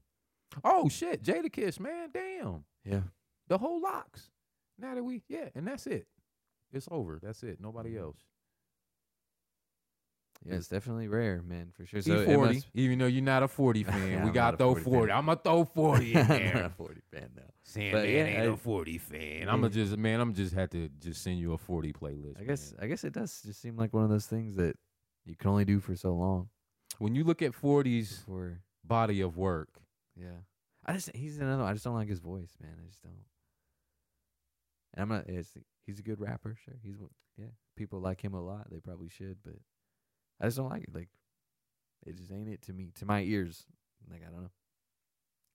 S2: Oh shit, Jada Kiss, man, damn.
S1: Yeah,
S2: the whole locks. Now that we, yeah, and that's it. It's over. That's it. Nobody
S1: Mhm.
S2: else.
S1: yeah. It's definitely rare, man, for sure.
S2: E
S1: it
S2: forty.
S1: must-
S2: even though you're not a forty fan,
S1: Yeah, I'm
S2: we
S1: not
S2: got
S1: a
S2: throw
S1: 40
S2: forty.
S1: fan.
S2: I'ma throw forty in
S1: I'm not a
S2: there.
S1: forty fan now.
S2: Sam,
S1: But
S2: man,
S1: yeah,
S2: ain't
S1: I-
S2: a forty fan. Mm. I'ma just, man, I'm just had to just send you a forty playlist.
S1: I guess
S2: man.
S1: I guess it does just seem like one of those things that you can only do for so long
S2: when you look at 40's
S1: before
S2: body of work,
S1: yeah. I just he's another one. I just don't like his voice, man. I just don't. And I'm not it's, he's a good rapper, sure. He's one- yeah. People like him a lot. They probably should, but I just don't like it. Like it just ain't it to me to my ears. Like I don't know.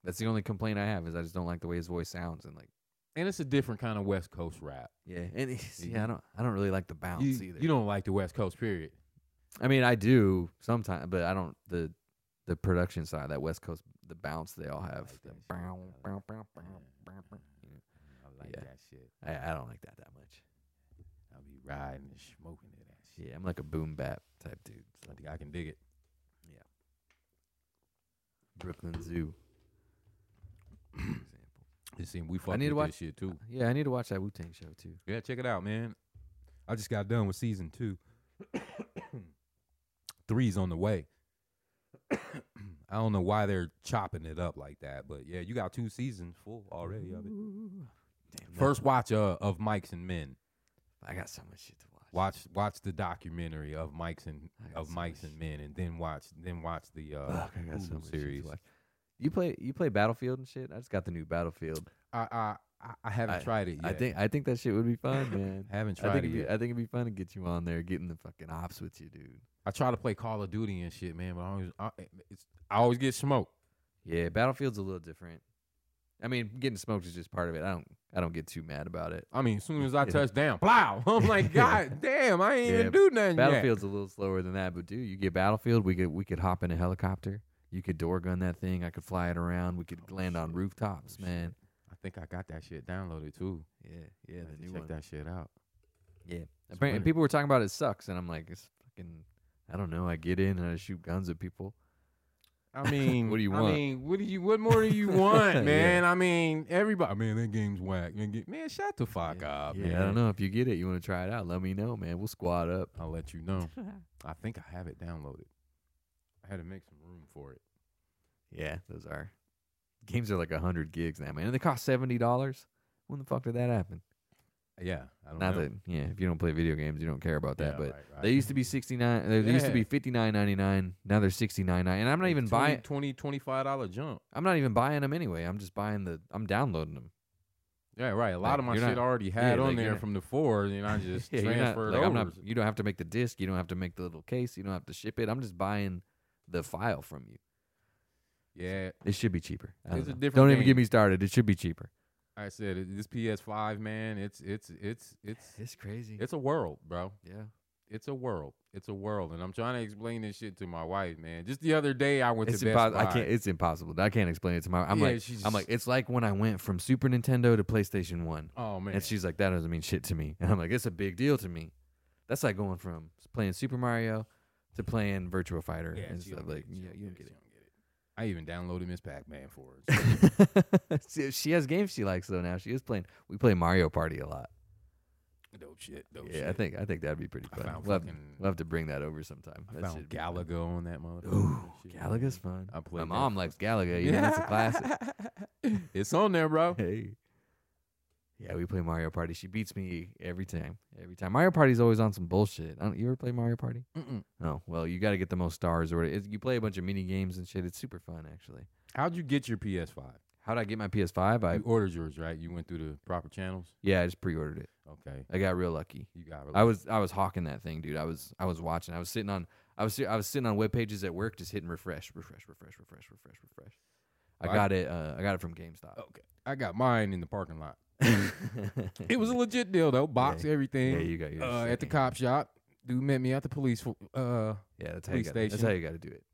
S1: That's the only complaint I have is I just don't like the way his voice sounds and like
S2: and it's a different kind of West Coast rap.
S1: yeah. And it's-
S2: You-
S1: yeah, I don't I don't really like the bounce
S2: You,
S1: either.
S2: you don't like the West Coast, period.
S1: I mean, I do sometimes, but I don't the the production side that West Coast the bounce they all have.
S2: like
S1: the
S2: that shit,
S1: bow,
S2: though.
S1: bow, bow, bow, bow, bow, you know.
S2: I
S1: like Yeah.
S2: that shit.
S1: I, I don't like that that much.
S2: I'll be riding and smoking to that shit.
S1: Yeah, I'm like a boom bap type dude.
S2: I
S1: So
S2: think I can dig it.
S1: Brooklyn Zoo. for example.
S2: It seemed we fucking
S1: need to
S2: with
S1: watch-
S2: this shit too.
S1: Yeah, I need to watch that Wu Tang show too.
S2: Yeah, check it out, man. I just got done with season two. Three's on the way. I don't know why they're chopping it up like that, but yeah, you got two seasons full already of it.
S1: Ooh. Damn,
S2: First watch uh, of Mikes and Men.
S1: I got so much shit to watch.
S2: Watch watch the documentary of Mikes and
S1: I got
S2: of
S1: so
S2: Mikes
S1: much-
S2: and Men, and then watch then watch the uh,
S1: Fuck, I got so
S2: Hulu
S1: much shit
S2: series.
S1: to watch. You play you play Battlefield and shit. I just got the new Battlefield.
S2: I, I I- I haven't
S1: I-
S2: tried it yet.
S1: I think I think that shit would be fun, man.
S2: haven't
S1: I
S2: tried
S1: think
S2: it
S1: it'd be,
S2: yet.
S1: I think it'd be fun to get you on there, getting the fucking ops with you, dude.
S2: I try to play Call of Duty and shit, man, but I always I, it's, I always get smoked.
S1: Yeah, Battlefield's a little different. I mean, getting smoked is just part of it. I don't I don't get too mad about it.
S2: I mean, as soon as I touch down, plow. I'm like, God damn, I ain't
S1: Yeah,
S2: even do nothing yet.
S1: Battlefield's a little slower than that, but dude, you get Battlefield, we could we could hop in a helicopter. You could door gun that thing. I could fly it around. We could
S2: Oh,
S1: land on
S2: shit.
S1: rooftops,
S2: Oh,
S1: man.
S2: I think I got that shit downloaded too.
S1: Yeah, yeah,
S2: I have
S1: the
S2: to
S1: new
S2: check
S1: one.
S2: that shit out.
S1: Yeah,
S2: It's
S1: apparently
S2: weird.
S1: people were talking about it sucks, and I'm like, it's fucking. I don't know. I get in and I shoot guns at people.
S2: I mean,
S1: What do you
S2: I
S1: want?
S2: mean, what do you? What more do you want,
S1: Yeah.
S2: man? I mean, everybody, man, that game's whack. Man, get- man, shut the fuck up,
S1: yeah,
S2: man.
S1: I don't know if you get it. You want to try it out? Let me know, man. We'll squad up.
S2: I'll let you know. I think I have it downloaded. I had to make some room for it.
S1: Yeah, those are games are like hundred gigs now, man, and they cost seventy dollars. When the fuck did that happen?
S2: Yeah, I don't
S1: Not
S2: know.
S1: that yeah, if you don't play video games, you don't care about that.
S2: Yeah,
S1: but
S2: right, right.
S1: they used to be sixty nine. They used to
S2: Yeah.
S1: be fifty nine ninety nine. Now they're sixty nine nine. And I'm not even
S2: 20,
S1: buying.
S2: 20 25 dollar jump.
S1: I'm not even buying them anyway. I'm just buying the. I'm downloading them.
S2: Yeah, right. A lot
S1: Like,
S2: of my
S1: you're
S2: shit
S1: not-
S2: already had
S1: yeah,
S2: on
S1: like, you're
S2: there
S1: not-
S2: from the four, and I just
S1: Yeah, you're not,
S2: transferred
S1: like, I'm
S2: over.
S1: not, you don't have to make the disc. You don't have to make the little case. You don't have to ship it. I'm just buying the file from you.
S2: yeah,
S1: It should be cheaper. I don't
S2: It's a
S1: know.
S2: different
S1: Don't even
S2: game.
S1: get me started. It should be cheaper.
S2: I said it- this PS5, man. It's it's it's it's
S1: It's crazy.
S2: it's a world, bro.
S1: yeah.
S2: It's a world. It's a world, and I'm trying to explain this shit to my wife, man. Just the other day, I went
S1: It's
S2: to Best
S1: impossible.
S2: Buy.
S1: I can't. It's impossible. I can't explain it to my. I'm
S2: Yeah,
S1: like.
S2: she's
S1: I'm like. It's like when I went from Super Nintendo to PlayStation One,
S2: oh man,
S1: and she's like, "That doesn't mean shit to me." And I'm like, "It's a big deal to me." That's like going from playing Super Mario to playing Virtua Fighter
S2: yeah,
S1: and
S2: she
S1: stuff.
S2: don't
S1: Like,
S2: get it, she
S1: yeah, you don't get
S2: she I even downloaded Miss Pac-Man for her. so-
S1: it. See, she has games she likes though. Now she is playing. We play Mario Party a lot.
S2: dope shit. Dope
S1: yeah,
S2: Oh, shit.
S1: I think I think that'd be pretty
S2: I
S1: fun.
S2: found
S1: We'll have-
S2: fucking-
S1: we'll have to bring that over sometime.
S2: I
S1: That
S2: found
S1: should be fun.
S2: Galaga on that motherfucker.
S1: Ooh,
S2: Shit, man.
S1: Galaga's fun.
S2: I
S1: My
S2: played that
S1: mom likes Galaga. You know, that's a classic.
S2: it's on there, bro.
S1: Hey. Yeah, we play Mario Party. She beats me every time. Every time. Mario Party's always on some bullshit. I don't, you ever play Mario Party?
S2: Mm-mm.
S1: No. Well, you got to get the most stars or whatever. It's- You play a bunch of mini games and shit. It's super fun, actually.
S2: How'd you get your PS5?
S1: How'd I get my PS5? I
S2: you ordered yours, right? You went through the proper channels.
S1: yeah, I just pre-ordered it.
S2: Okay,
S1: I got real lucky.
S2: you got.
S1: I was I was hawking that thing, dude. I was I was watching. I was sitting on I was si- I was sitting on web pages at work, just hitting refresh, refresh, refresh, refresh, refresh, refresh. I
S2: I-
S1: got it. Uh, I got it from GameStop.
S2: okay. I got mine in the parking lot. It was a legit deal though. Box everything.
S1: yeah, you got yours.
S2: uh, at the
S1: Yeah.
S2: cop shop. Dude met me at the police. fo- Uh,
S1: Yeah, that's how you
S2: police
S1: got. That's
S2: station.
S1: how you got to do it.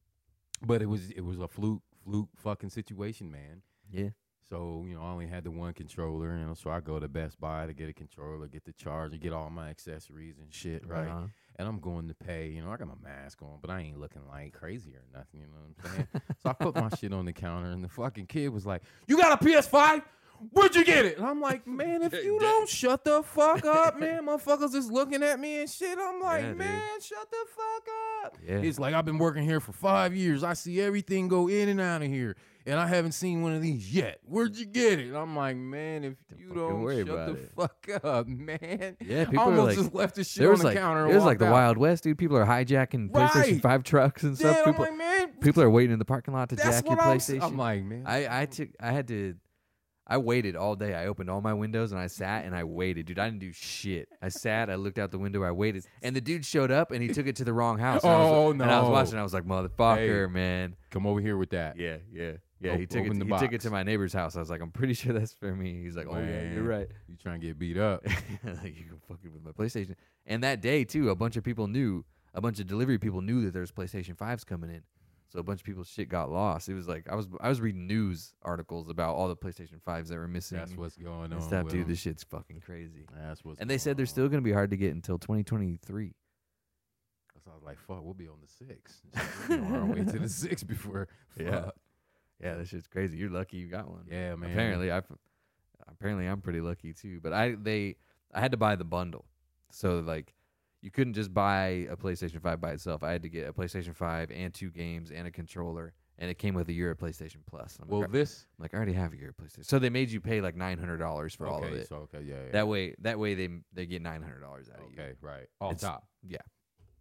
S2: but it was it was a fluke fluke fucking situation, man.
S1: Yeah.
S2: So you know, I only had the one controller, and so I go to Best Buy to get a controller, get the charger, get all my accessories and shit, right?
S1: on.
S2: And I'm going to pay. You know, I got my mask on, but I ain't looking like crazy or nothing. You know what I'm saying? so I put my shit on the counter, and the fucking kid was like, "You got a PS5?" Where'd you get it? And I'm like, man, if you don't shut the fuck up, man, motherfuckers is looking at me and shit. I'm like,
S1: Yeah, dude.
S2: man, shut the fuck up.
S1: Yeah.
S2: It's like I've been working here for five years. I see everything go in and out of here, and I haven't seen one of these yet. Where'd you get it? And I'm like, man, if
S1: Don't
S2: you
S1: fucking
S2: don't
S1: worry
S2: shut
S1: about
S2: the
S1: it."
S2: fuck up, man.
S1: Yeah,
S2: I
S1: people are
S2: almost
S1: like-
S2: just left the shit
S1: there was
S2: on the
S1: like
S2: counter. and
S1: there was like
S2: walked
S1: the
S2: out.
S1: Wild West, dude. People are hijacking PlayStation
S2: Right.
S1: Five trucks and
S2: Yeah,
S1: stuff.
S2: I'm
S1: People
S2: like, man,
S1: people are waiting in the parking lot to
S2: that's
S1: jack your
S2: what I'm. s-
S1: PlayStation.
S2: I'm like, man,
S1: I I took I had to I waited all day. I opened all my windows and I sat and I waited, dude. I didn't do shit. I sat, I looked out the window, I waited, and the dude showed up and he took it to the wrong house. And I
S2: Oh,
S1: was, And I was
S2: no.
S1: watching. I was like, motherfucker, man.
S2: come over here with that.
S1: Yeah, yeah, yeah. he
S2: Op-
S1: took it.
S2: open
S1: To,
S2: the
S1: he took it
S2: box.
S1: to my neighbor's house. I was like, I'm pretty sure that's for me. He's like, Oh yeah, you're
S2: Man.
S1: right.
S2: You trying to get beat up?
S1: like you can fuck it with my PlayStation. And that day too, a bunch of people knew, a bunch of delivery people knew that there's PlayStation fives coming in. So a bunch of people's shit got lost. It was like I was I was reading news articles about all the PlayStation fives that were missing.
S2: That's what's going on.
S1: and stuff,
S2: with
S1: dude.
S2: them.
S1: This shit's fucking crazy.
S2: That's what's.
S1: And they said
S2: going
S1: they're
S2: on.
S1: still gonna be hard to get until 2023.
S2: So I was like, fuck, we'll be on the six. We'll be on our way to the six before.
S1: Yeah.
S2: fuck.
S1: Yeah, this shit's crazy. You're lucky you got one.
S2: Yeah, man.
S1: Apparently, I apparently I'm pretty lucky too. But I they I had to buy the bundle, so like you couldn't just buy a PlayStation Five by itself. I had to get a PlayStation Five and two games and a controller, and it came with a year of PlayStation Plus. I'm,
S2: Well,
S1: like, "Ar-
S2: this.
S1: I'm like, I already have a year of PlayStation, so they made you pay like nine hundred dollars for
S2: okay,
S1: all of it.
S2: So, okay, yeah. yeah.
S1: That way, that way they they get nine hundred dollars out of you.
S2: Oh, okay, right. Off
S1: It's-
S2: top.
S1: yeah.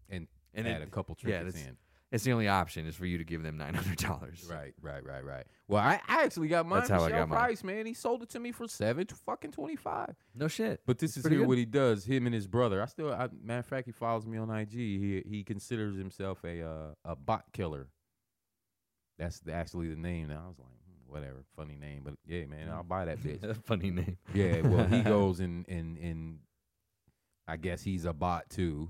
S2: And,
S1: And
S2: add
S1: it-
S2: a couple
S1: yeah,
S2: trinkets
S1: that's-
S2: in.
S1: It's the only option is for you to give them nine hundred dollars.
S2: Right, right, right, right. Well, I, I actually got mine.
S1: That's how I
S2: Michelle
S1: got mine.
S2: Price, man. He sold it to me for seven to fucking twenty five.
S1: No shit.
S2: But this is
S1: pretty
S2: here
S1: good.
S2: what he does. Him and his brother. I still, I, matter of fact, he follows me on IG. He he considers himself a uh, a bot killer. That's the, actually the name. Now I was like, "Hmm, whatever, funny name, but yeah, man, I'll buy that bitch.
S1: Funny name.
S2: yeah, well, he goes and and and I guess he's a bot too.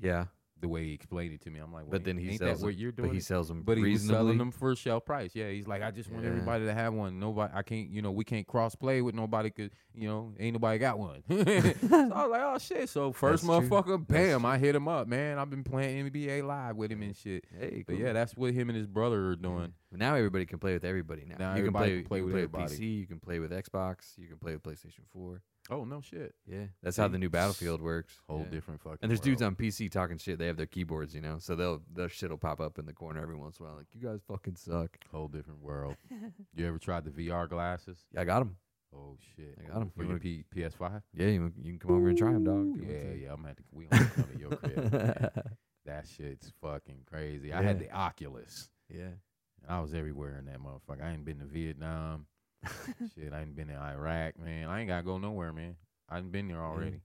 S1: Yeah,
S2: The way he explained it to me, I'm like, well,
S1: But then he
S2: ain't
S1: sells
S2: that
S1: it-
S2: what you're doing.
S1: but he sells them
S2: But he was
S1: reasonably.
S2: selling them for shell price. Yeah, he's like, I just want
S1: Yeah.
S2: everybody to have one. Nobody, I can't, you know, we can't cross play with nobody because you know, ain't nobody got one. so I was like, oh shit. So first
S1: That's true.
S2: motherfucker,
S1: That's
S2: bam, I hit him up, man. I've been playing NBA live with him and shit.
S1: Hey,
S2: But
S1: cool.
S2: yeah, that's what him and his brother are
S1: Yeah.
S2: doing.
S1: But Now everybody can play with everybody. Now,
S2: Now
S1: you can
S2: everybody
S1: play,
S2: can play
S1: you
S2: with
S1: can play
S2: everybody.
S1: with PC. You can play with Xbox. You can play with PlayStation Four.
S2: Oh no shit.
S1: Yeah, that's how the new Battlefield works.
S2: Whole
S1: yeah.
S2: different fucking.
S1: And there's dudes
S2: world.
S1: on PC talking shit. They have their keyboards, you know, so they'll their shit will pop up in the corner every once in a while. Like you guys fucking suck.
S2: Whole different world. you ever tried the VR glasses?
S1: Yeah, I got them.
S2: Oh shit.
S1: I got 'em.
S2: For
S1: You
S2: your
S1: wanna-
S2: P- PS5?
S1: Yeah, you, you can come over and try them, dog.
S2: Ooh,
S1: if you
S2: Yeah,
S1: want
S2: yeah. I'm gonna have to. We gonna come to your crib. man.
S1: to.
S2: That shit's fucking crazy. I had
S1: Yeah.
S2: the Oculus.
S1: yeah.
S2: and I was everywhere in that motherfucker. I ain't been to Vietnam. shit, I ain't been to Iraq, man. I ain't gotta go nowhere, man. I ain't been there already.
S1: yeah,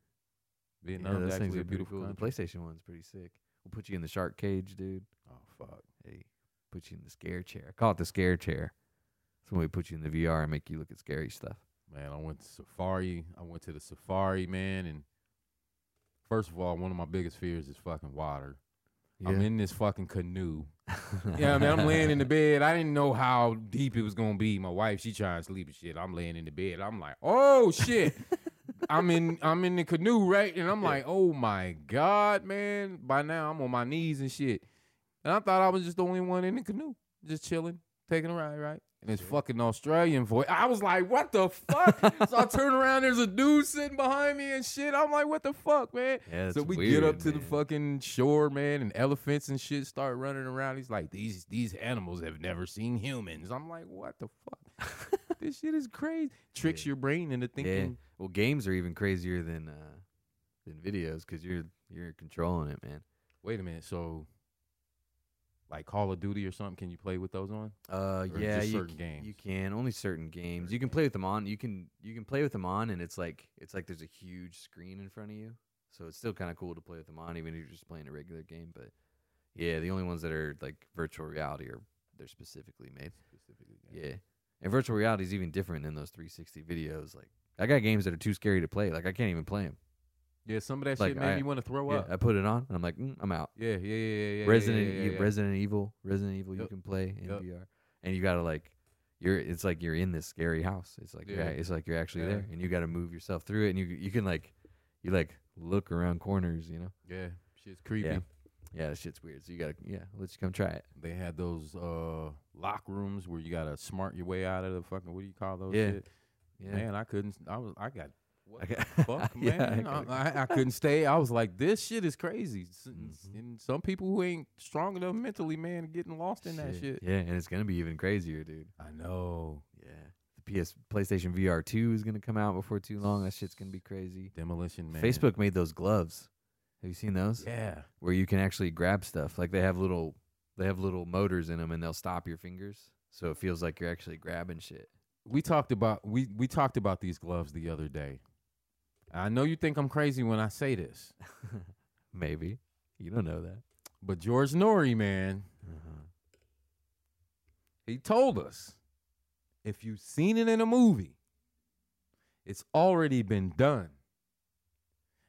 S2: Vietnam's
S1: those things
S2: actually
S1: are
S2: a
S1: pretty
S2: beautiful
S1: cool. The
S2: country.
S1: PlayStation one's pretty sick. We'll put you in the shark cage, dude.
S2: Oh fuck.
S1: Hey, put you in the scare chair. I call it the scare chair. It's when we put you in the VR and make you look at scary stuff.
S2: Man, I went to safari. I went to the safari, man, and first of all, one of my biggest fears is fucking water. I'm in this fucking canoe. Yeah, I mean, I'm laying in the bed. I didn't know how deep it was gonna be. My wife, she trying to sleep and shit. I'm laying in the bed. I'm like, oh shit. I'm in I'm in the canoe, right? And I'm like, oh my God, man. By now I'm on my knees and shit. And I thought I was just the only one in the canoe. Just chilling, taking a ride, right? And this fucking Australian voice. I was like, what the fuck? so I turn around, there's a dude sitting behind me and shit. I'm like, what the fuck, man?
S1: Yeah, that's
S2: so we get
S1: weird,
S2: up to the
S1: man.
S2: fucking shore, man, and elephants and shit start running around. He's like, these these animals have never seen humans. I'm like, what the fuck? this shit is crazy. Tricks
S1: Yeah.
S2: your brain into thinking.
S1: Yeah. Well, games are even crazier than uh, than videos because you're you're controlling it, man.
S2: Wait a minute. So, like Call of Duty or something, can you play with those on?
S1: Uh,
S2: Or
S1: yeah,
S2: just
S1: you,
S2: certain
S1: c- you
S2: games?
S1: can only certain games. You can play with them on. You can you can play with them on, and it's like it's like there's a huge screen in front of you, so it's still kind of cool to play with them on, even if you're just playing a regular game. But yeah, the only ones that are like virtual reality are they're specifically made. Yeah, and virtual reality is even different than those 360 videos. Like I got games that are too scary to play. Like I can't even play them.
S2: Yeah, some of that
S1: Like,
S2: shit made
S1: I-
S2: me want to throw
S1: Yeah,
S2: up.
S1: I put it on, and I'm like, mm, I'm out.
S2: Yeah, yeah, yeah, yeah. yeah, yeah
S1: Resident
S2: yeah,
S1: E-
S2: yeah, yeah.
S1: Resident Evil, Resident Evil, you
S2: Yep.
S1: can play in
S2: Yep.
S1: VR, and you gotta like, you're it's like you're in this scary house. It's like yeah,
S2: Yeah.
S1: it's like you're actually
S2: Yeah.
S1: there, and you gotta move yourself through it, and you you can like, you like look around corners, you know.
S2: Yeah, shit's creepy.
S1: Yeah. Yeah, that shit's weird. So you gotta yeah, let you come try it.
S2: They had those uh lock rooms where you gotta smart your way out of the fucking. What do you call those?
S1: Yeah.
S2: Shit?
S1: Yeah,
S2: Man, I couldn't. I was. I got. What
S1: I
S2: the
S1: got-
S2: fuck,
S1: Yeah, I
S2: man?
S1: gotta-
S2: I, I, I couldn't stay. I was like, this shit is crazy. S-
S1: Mhm.
S2: And some people who ain't strong enough mentally, man, getting lost in that shit.
S1: Yeah, and it's gonna be even crazier, dude.
S2: I know.
S1: Yeah, the PS PlayStation VR two is gonna come out before too long. That shit's gonna be crazy.
S2: Demolition Man.
S1: Facebook made those gloves. Have you seen those?
S2: Yeah.
S1: where you can actually grab stuff. Like they have little they have little motors in them and they'll stop your fingers. So it feels like you're actually grabbing shit.
S2: we talked about we we talked about these gloves the other day. I know you think I'm crazy when I say this,
S1: Maybe. You don't know that.
S2: but George Nori, man,
S1: Uh-huh.
S2: he told us if you've seen it in a movie, it's already been done.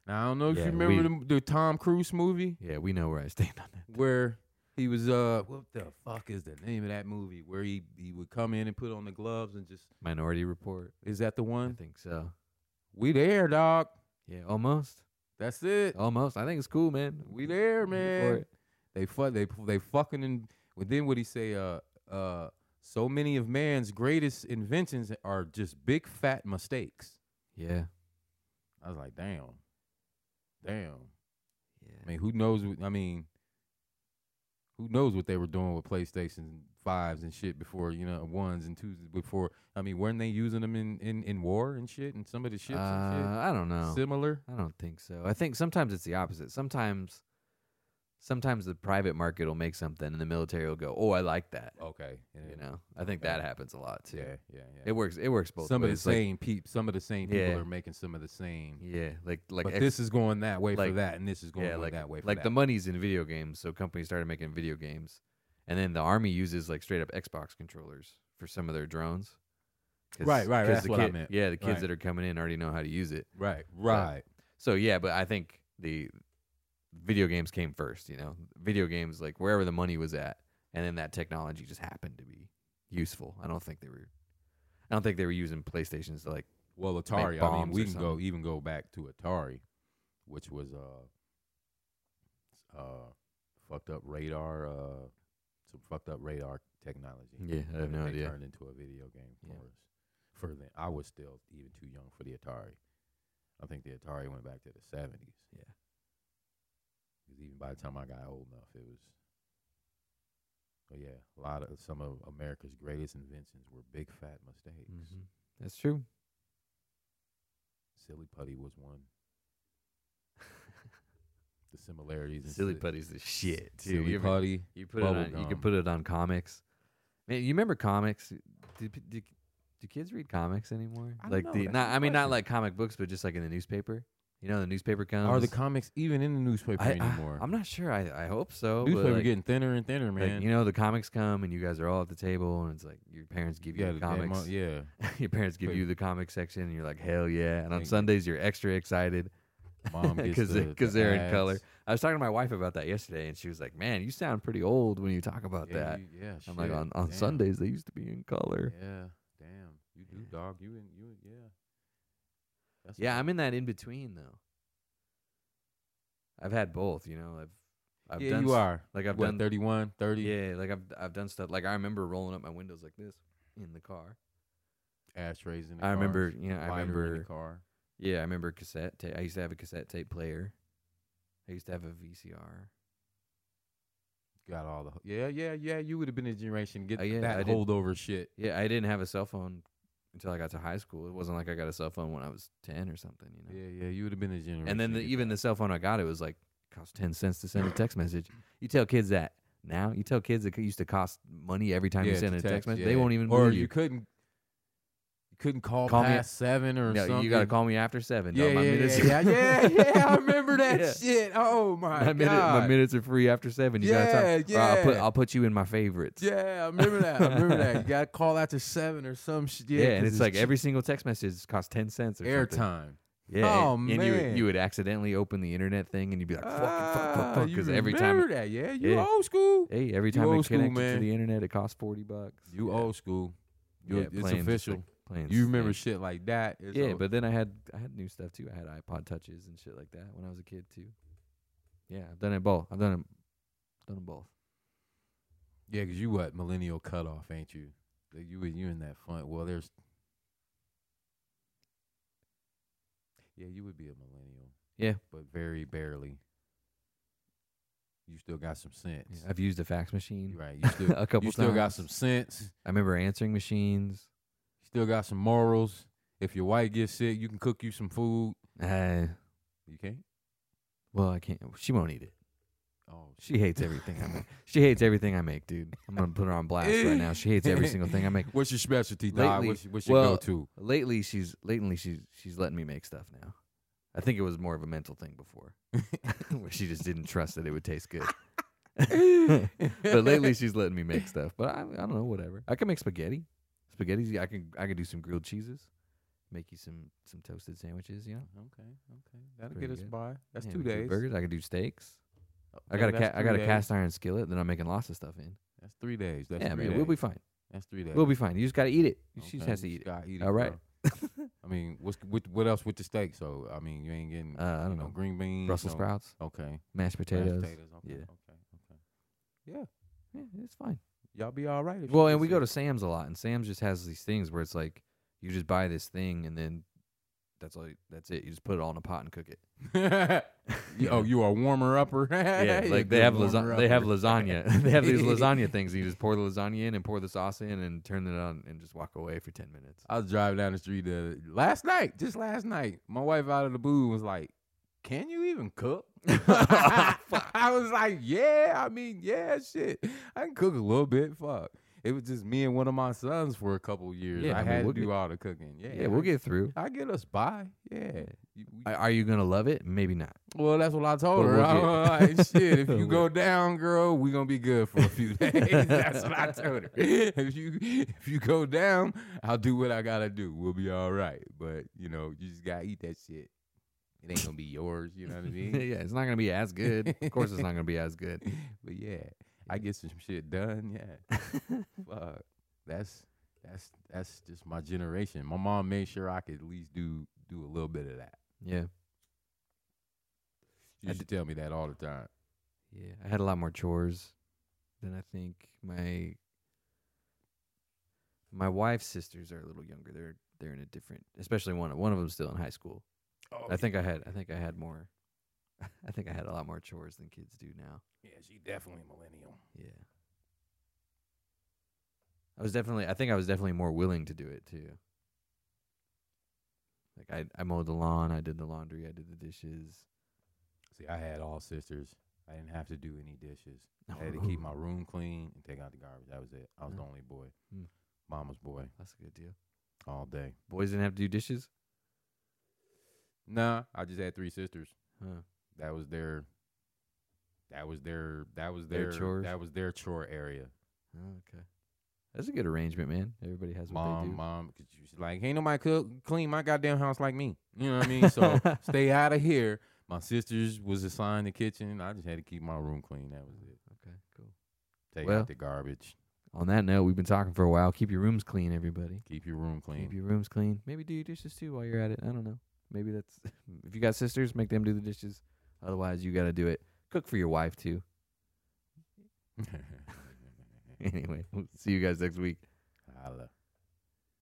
S2: Now I don't know if
S1: Yeah,
S2: you remember
S1: we-
S2: the, the Tom Cruise movie
S1: Yeah, we know where I stand on that.
S2: where he was uh what the fuck is the name of that movie where he he would come in and put on the gloves and just
S1: Minority Report.
S2: is that the
S1: I
S2: one?
S1: think so.
S2: We there, dog.
S1: Yeah, almost.
S2: That's it.
S1: Almost. I think it's cool, man.
S2: We there,
S1: I'm here
S2: man. They fuck. They they fucking. In, well, then what he say? Uh, uh. So many of man's greatest inventions are just big fat mistakes.
S1: Yeah.
S2: I was like, damn, damn.
S1: Yeah.
S2: I mean, who knows? What, I mean, who knows what they were doing with PlayStation fives and shit before you know ones and twos before. I mean, weren't they using them in in, in war and shit and some of the ships
S1: uh,
S2: and shit
S1: I don't know.
S2: similar?
S1: I don't think so. I think sometimes it's the opposite. Sometimes sometimes the private market will make something and the military will go, "Oh, I like that."
S2: Okay. and
S1: You
S2: then-
S1: know, I think
S2: Okay.
S1: that happens a lot too.
S2: Yeah, yeah, yeah.
S1: It works. It works both
S2: some of the
S1: ways. like,
S2: same peop some of the same people
S1: Yeah.
S2: are making some of the same.
S1: yeah, like like
S2: but
S1: ex-
S2: this is going that way
S1: like-
S2: for that, and this is going
S1: yeah, like
S2: that way for
S1: like
S2: that.
S1: the money's in video games, so companies started making video games, and then the army uses like straight up Xbox controllers for some of their drones. 'Cause-
S2: Right, right,
S1: 'cause
S2: that's
S1: the
S2: what I
S1: kid-
S2: meant.
S1: Yeah, the kids
S2: Right.
S1: that are coming in already know how to use it.
S2: right, right.
S1: So yeah, but I think the video games came first. You know, video games like wherever the money was at, and then that technology just happened to be useful. I don't think they were, I don't think they were using PlayStations to like
S2: Well, Atari. I mean,
S1: bombs or
S2: we can go even go back to Atari, which was uh, uh, fucked up radar, uh, some fucked up radar technology.
S1: yeah, I have
S2: and
S1: no
S2: they
S1: idea.
S2: Turned into a video game for
S1: Yeah.
S2: us. For then, I was still even too young for the Atari. I think the Atari went back to the seventies.
S1: Yeah.
S2: Because even by the time I got old enough, it was. But yeah, a lot of some of America's greatest inventions were big fat mistakes.
S1: Mhm. That's true.
S2: Silly putty was one. the similarities. in
S1: Silly
S2: si-
S1: putty's the shit too.
S2: Silly
S1: you, ever-
S2: putty.
S1: you put
S2: bubble
S1: it on, you can
S2: gum.
S1: put it on comics. Man, you remember comics? Did, p- did, do kids read comics anymore?
S2: I don't
S1: like
S2: know,
S1: the
S2: that's
S1: not
S2: a
S1: I mean not
S2: question.
S1: like comic books, but just like in the newspaper. You know, the newspaper comes.
S2: Are the comics even in the newspaper
S1: I,
S2: anymore?
S1: I, am not sure. I, I hope so. but,
S2: Newspaper
S1: like-
S2: getting thinner and thinner,
S1: like,
S2: man.
S1: you know, the comics come and you guys are all at the table, and it's like your parents give you
S2: yeah,
S1: the
S2: the damn
S1: comics.
S2: mo- yeah.
S1: your parents give
S2: but-
S1: you the comic section, and you're like, hell yeah! And on
S2: Thank you.
S1: Sundays, you're extra excited
S2: Mom gets
S1: because
S2: the, the
S1: they're in color.
S2: ads.
S1: I was talking to my wife about that yesterday, and she was like, "Man, you sound pretty old when you talk about
S2: yeah,
S1: that."
S2: You, yeah,
S1: I'm like,
S2: shit,
S1: "On on
S2: damn,
S1: Sundays, they used to be in color."
S2: Yeah, damn, you do,
S1: Yeah.
S2: dog. You and you, and- yeah. That's
S1: Yeah,
S2: what-
S1: I'm in that in between though. I've had both, you know. I've I've
S2: yeah,
S1: done
S2: you
S1: s-
S2: are.
S1: like
S2: I've
S1: I've
S2: what,
S1: done
S2: 31, 30
S1: yeah, like I've I've done stuff like I remember rolling up my windows like this in the car.
S2: ashtrays in the
S1: I remember,
S2: cars,
S1: you know, I
S2: lighter in
S1: remember-
S2: the car.
S1: Yeah, I remember cassette tape. I used to have a cassette tape player. I used to have a VCR.
S2: Got all the yeah, yeah, yeah. You would have been a generation to get
S1: Uh, yeah,
S2: that
S1: I did.
S2: holdover shit.
S1: Yeah, I didn't have a cell phone until I got to high school. It wasn't like I got a cell phone when I was ten or something, you know.
S2: Yeah, yeah. You would have been a generation.
S1: and then
S2: to
S1: the,
S2: get
S1: even the cell phone I got, it was like cost ten cents to send a text message. You tell kids that now. You tell kids it c- used to cost money every time you
S2: Yeah,
S1: send
S2: to
S1: a text
S2: text,
S1: message.
S2: yeah.
S1: They won't even
S2: or
S1: believe
S2: you
S1: you.
S2: couldn't. You couldn't call,
S1: Call me-
S2: past seven or
S1: No,
S2: something.
S1: you gotta call me after seven. dog.
S2: Yeah,
S1: my
S2: yeah,
S1: minutes
S2: yeah,
S1: are-
S2: yeah, yeah, yeah. I remember that
S1: Yeah.
S2: shit. Oh my,
S1: my,
S2: god.
S1: minute, my minutes are free after seven. You gotta talk.
S2: Yeah,
S1: or I'll put
S2: yeah.
S1: I'll put you in my favorites.
S2: Yeah, I remember that. I remember that. You gotta call after seven or some shit.
S1: Yeah, and
S2: 'cause
S1: it's like
S2: cheap
S1: every single text message costs ten cents or something.
S2: airtime.
S1: Yeah.
S2: Oh,
S1: and, and you would,
S2: man.
S1: you would accidentally open the internet thing and you'd be like, fuck, fuck, fuck,
S2: Ah,
S1: fuck,
S2: you
S1: because every time,
S2: remember that? Yeah, you
S1: Yeah.
S2: old school.
S1: hey, every
S2: You
S1: time
S2: old
S1: it
S2: school,
S1: connected to
S2: man.
S1: the internet, it costs forty bucks.
S2: You
S1: yeah.
S2: old school. You,
S1: Yeah,
S2: it's
S1: playing just,
S2: official.
S1: like, playing
S2: you remember
S1: Snake.
S2: shit like that. It's
S1: yeah,
S2: o-
S1: but then I had I had new stuff too. I had iPod touches and shit like that when I was a kid too. Yeah, I've done it both. I've done it, done them both.
S2: yeah, because you what millennial cutoff, ain't you? Like, You you in that fun? Well, there's. Yeah, you would be a millennial.
S1: Yeah.
S2: but very barely. You still got some sense,
S1: I've used a fax machine.
S2: right? You still
S1: a couple
S2: you still got
S1: times.
S2: some sense.
S1: I remember answering machines.
S2: You still got some morals. If your wife gets sick, you can cook you some food.
S1: Uh,
S2: You can't.
S1: well, I can't. She won't eat it.
S2: Oh, shit.
S1: She hates everything I make. She hates everything I make, dude. I'm gonna put her on blast right now. She hates every single thing I make.
S2: what's your specialty, Doc?
S1: Lately-
S2: What's, what's your
S1: well-
S2: go-to?
S1: Lately, she's lately she's she's letting me make stuff now. I think it was more of a mental thing before, where she just didn't trust that it would taste good. but lately, she's letting me make stuff. But I, I don't know, whatever. I can make spaghetti. Spaghetti's. I can I can do some grilled cheeses. Make you some some toasted sandwiches. You know,
S2: Okay, okay, that'll
S1: Pretty
S2: get us
S1: good.
S2: by. That's
S1: Yeah,
S2: two
S1: we can do
S2: days.
S1: Burgers. I can do steaks. I
S2: Okay,
S1: got a
S2: that's
S1: ca- I
S2: three
S1: got a
S2: days.
S1: cast iron skillet that I'm making lots of stuff in.
S2: That's three days. That's
S1: yeah,
S2: three
S1: man, we'll be
S2: days.
S1: fine.
S2: That's three days.
S1: We'll be fine. You just gotta eat it. She just
S2: Okay,
S1: has to
S2: you
S1: eat it.
S2: just gotta eat it.
S1: All right.
S2: bro. I mean, what's what, what else with the steak? So I mean, you ain't getting
S1: Uh, I
S2: you
S1: don't
S2: know,
S1: know.
S2: green beans,
S1: Brussels
S2: no-
S1: sprouts,
S2: Okay,
S1: mashed potatoes.
S2: mashed potatoes. Okay,
S1: Yeah.
S2: okay, okay.
S1: Yeah, it's fine.
S2: Y'all be all right. if she
S1: Well, and
S2: gets
S1: we
S2: sick.
S1: go to Sam's a lot, and Sam's just has these things where it's like you just buy this thing, and then that's all. That's it. You just put it all in a pot and cook it.
S2: You- Oh, you are warmer upper.
S1: Yeah,
S2: You're
S1: like
S2: good
S1: they have
S2: warmer
S1: lasagna. They have
S2: upper.
S1: lasagna. they have these lasagna things. And you just pour the lasagna in and pour the sauce in and turn it on and just walk away for ten minutes.
S2: I was driving down the street the, last night, just last night. My wife out of the blue was like, "Can you even cook?" I was like, yeah, I mean, yeah, shit. I can cook a little bit. Fuck. It was just me and one of my sons for a couple years.
S1: Yeah,
S2: I,
S1: I mean,
S2: had
S1: we'll
S2: to do
S1: get-
S2: all the cooking. Yeah,
S1: Yeah, we'll
S2: I-
S1: get through.
S2: I get us by. Yeah. You- we-
S1: Are- Are you gonna love it? Maybe not.
S2: well, that's what I told
S1: But
S2: her.
S1: we'll
S2: I
S1: get-
S2: was like, shit, if you
S1: We'll-
S2: go down, girl, we gonna be good for a few days. that's what I told her. If you if you go down, I'll do what I gotta do. We'll be all right. But you know, you just gotta eat that shit. It ain't gonna be yours. You know what I mean?
S1: yeah, it's not gonna be as good. Of course, it's not gonna be as good.
S2: but yeah, I get some shit done. Yeah, fuck. That's that's that's just my generation. My mom made sure I could at least do do a little bit of that.
S1: Yeah,
S2: She
S1: I
S2: used to tell me that all the time.
S1: yeah. I had a lot more chores than I think my my wife's sisters are a little younger. They're they're in a different, especially one one of them's still in high school.
S2: Oh,
S1: I think I had I think I had more. I think I had a lot more chores than kids do now.
S2: yeah, she definitely millennial.
S1: Yeah. I was definitely I think I was definitely more willing to do it too. Like I I mowed the lawn, I did the laundry, I did the dishes.
S2: See, I had all sisters. I didn't have to do any dishes. I had to keep my room clean and take out the garbage. That was it. I was the
S1: Oh.
S2: only boy,
S1: Hmm.
S2: mama's boy,
S1: That's a good deal.
S2: all day.
S1: Boys didn't have to do dishes?
S2: Nah, I just had three sisters.
S1: Huh.
S2: That was their. That was their. That was
S1: Their
S2: their.
S1: chores?
S2: That was their chore area.
S1: Oh, okay. That's a good arrangement, man. Everybody has what
S2: mom,
S1: they do.
S2: mom, because she's like, ain't nobody cook clean my goddamn house like me. You know what I mean? So stay out of here. My sisters was assigned the kitchen. I just had to keep my room clean. That was it.
S1: Okay, cool.
S2: Take
S1: Well-
S2: out the garbage.
S1: On that note, we've been talking for a while. Keep your rooms clean, everybody.
S2: Keep your room clean.
S1: Keep your rooms clean. Maybe do your dishes too while you're at it. I don't know. Maybe that's if you got sisters, make them do the dishes. Otherwise, you got to do it. Cook for your wife too. Anyway, we'll see you guys next week.
S2: Holla.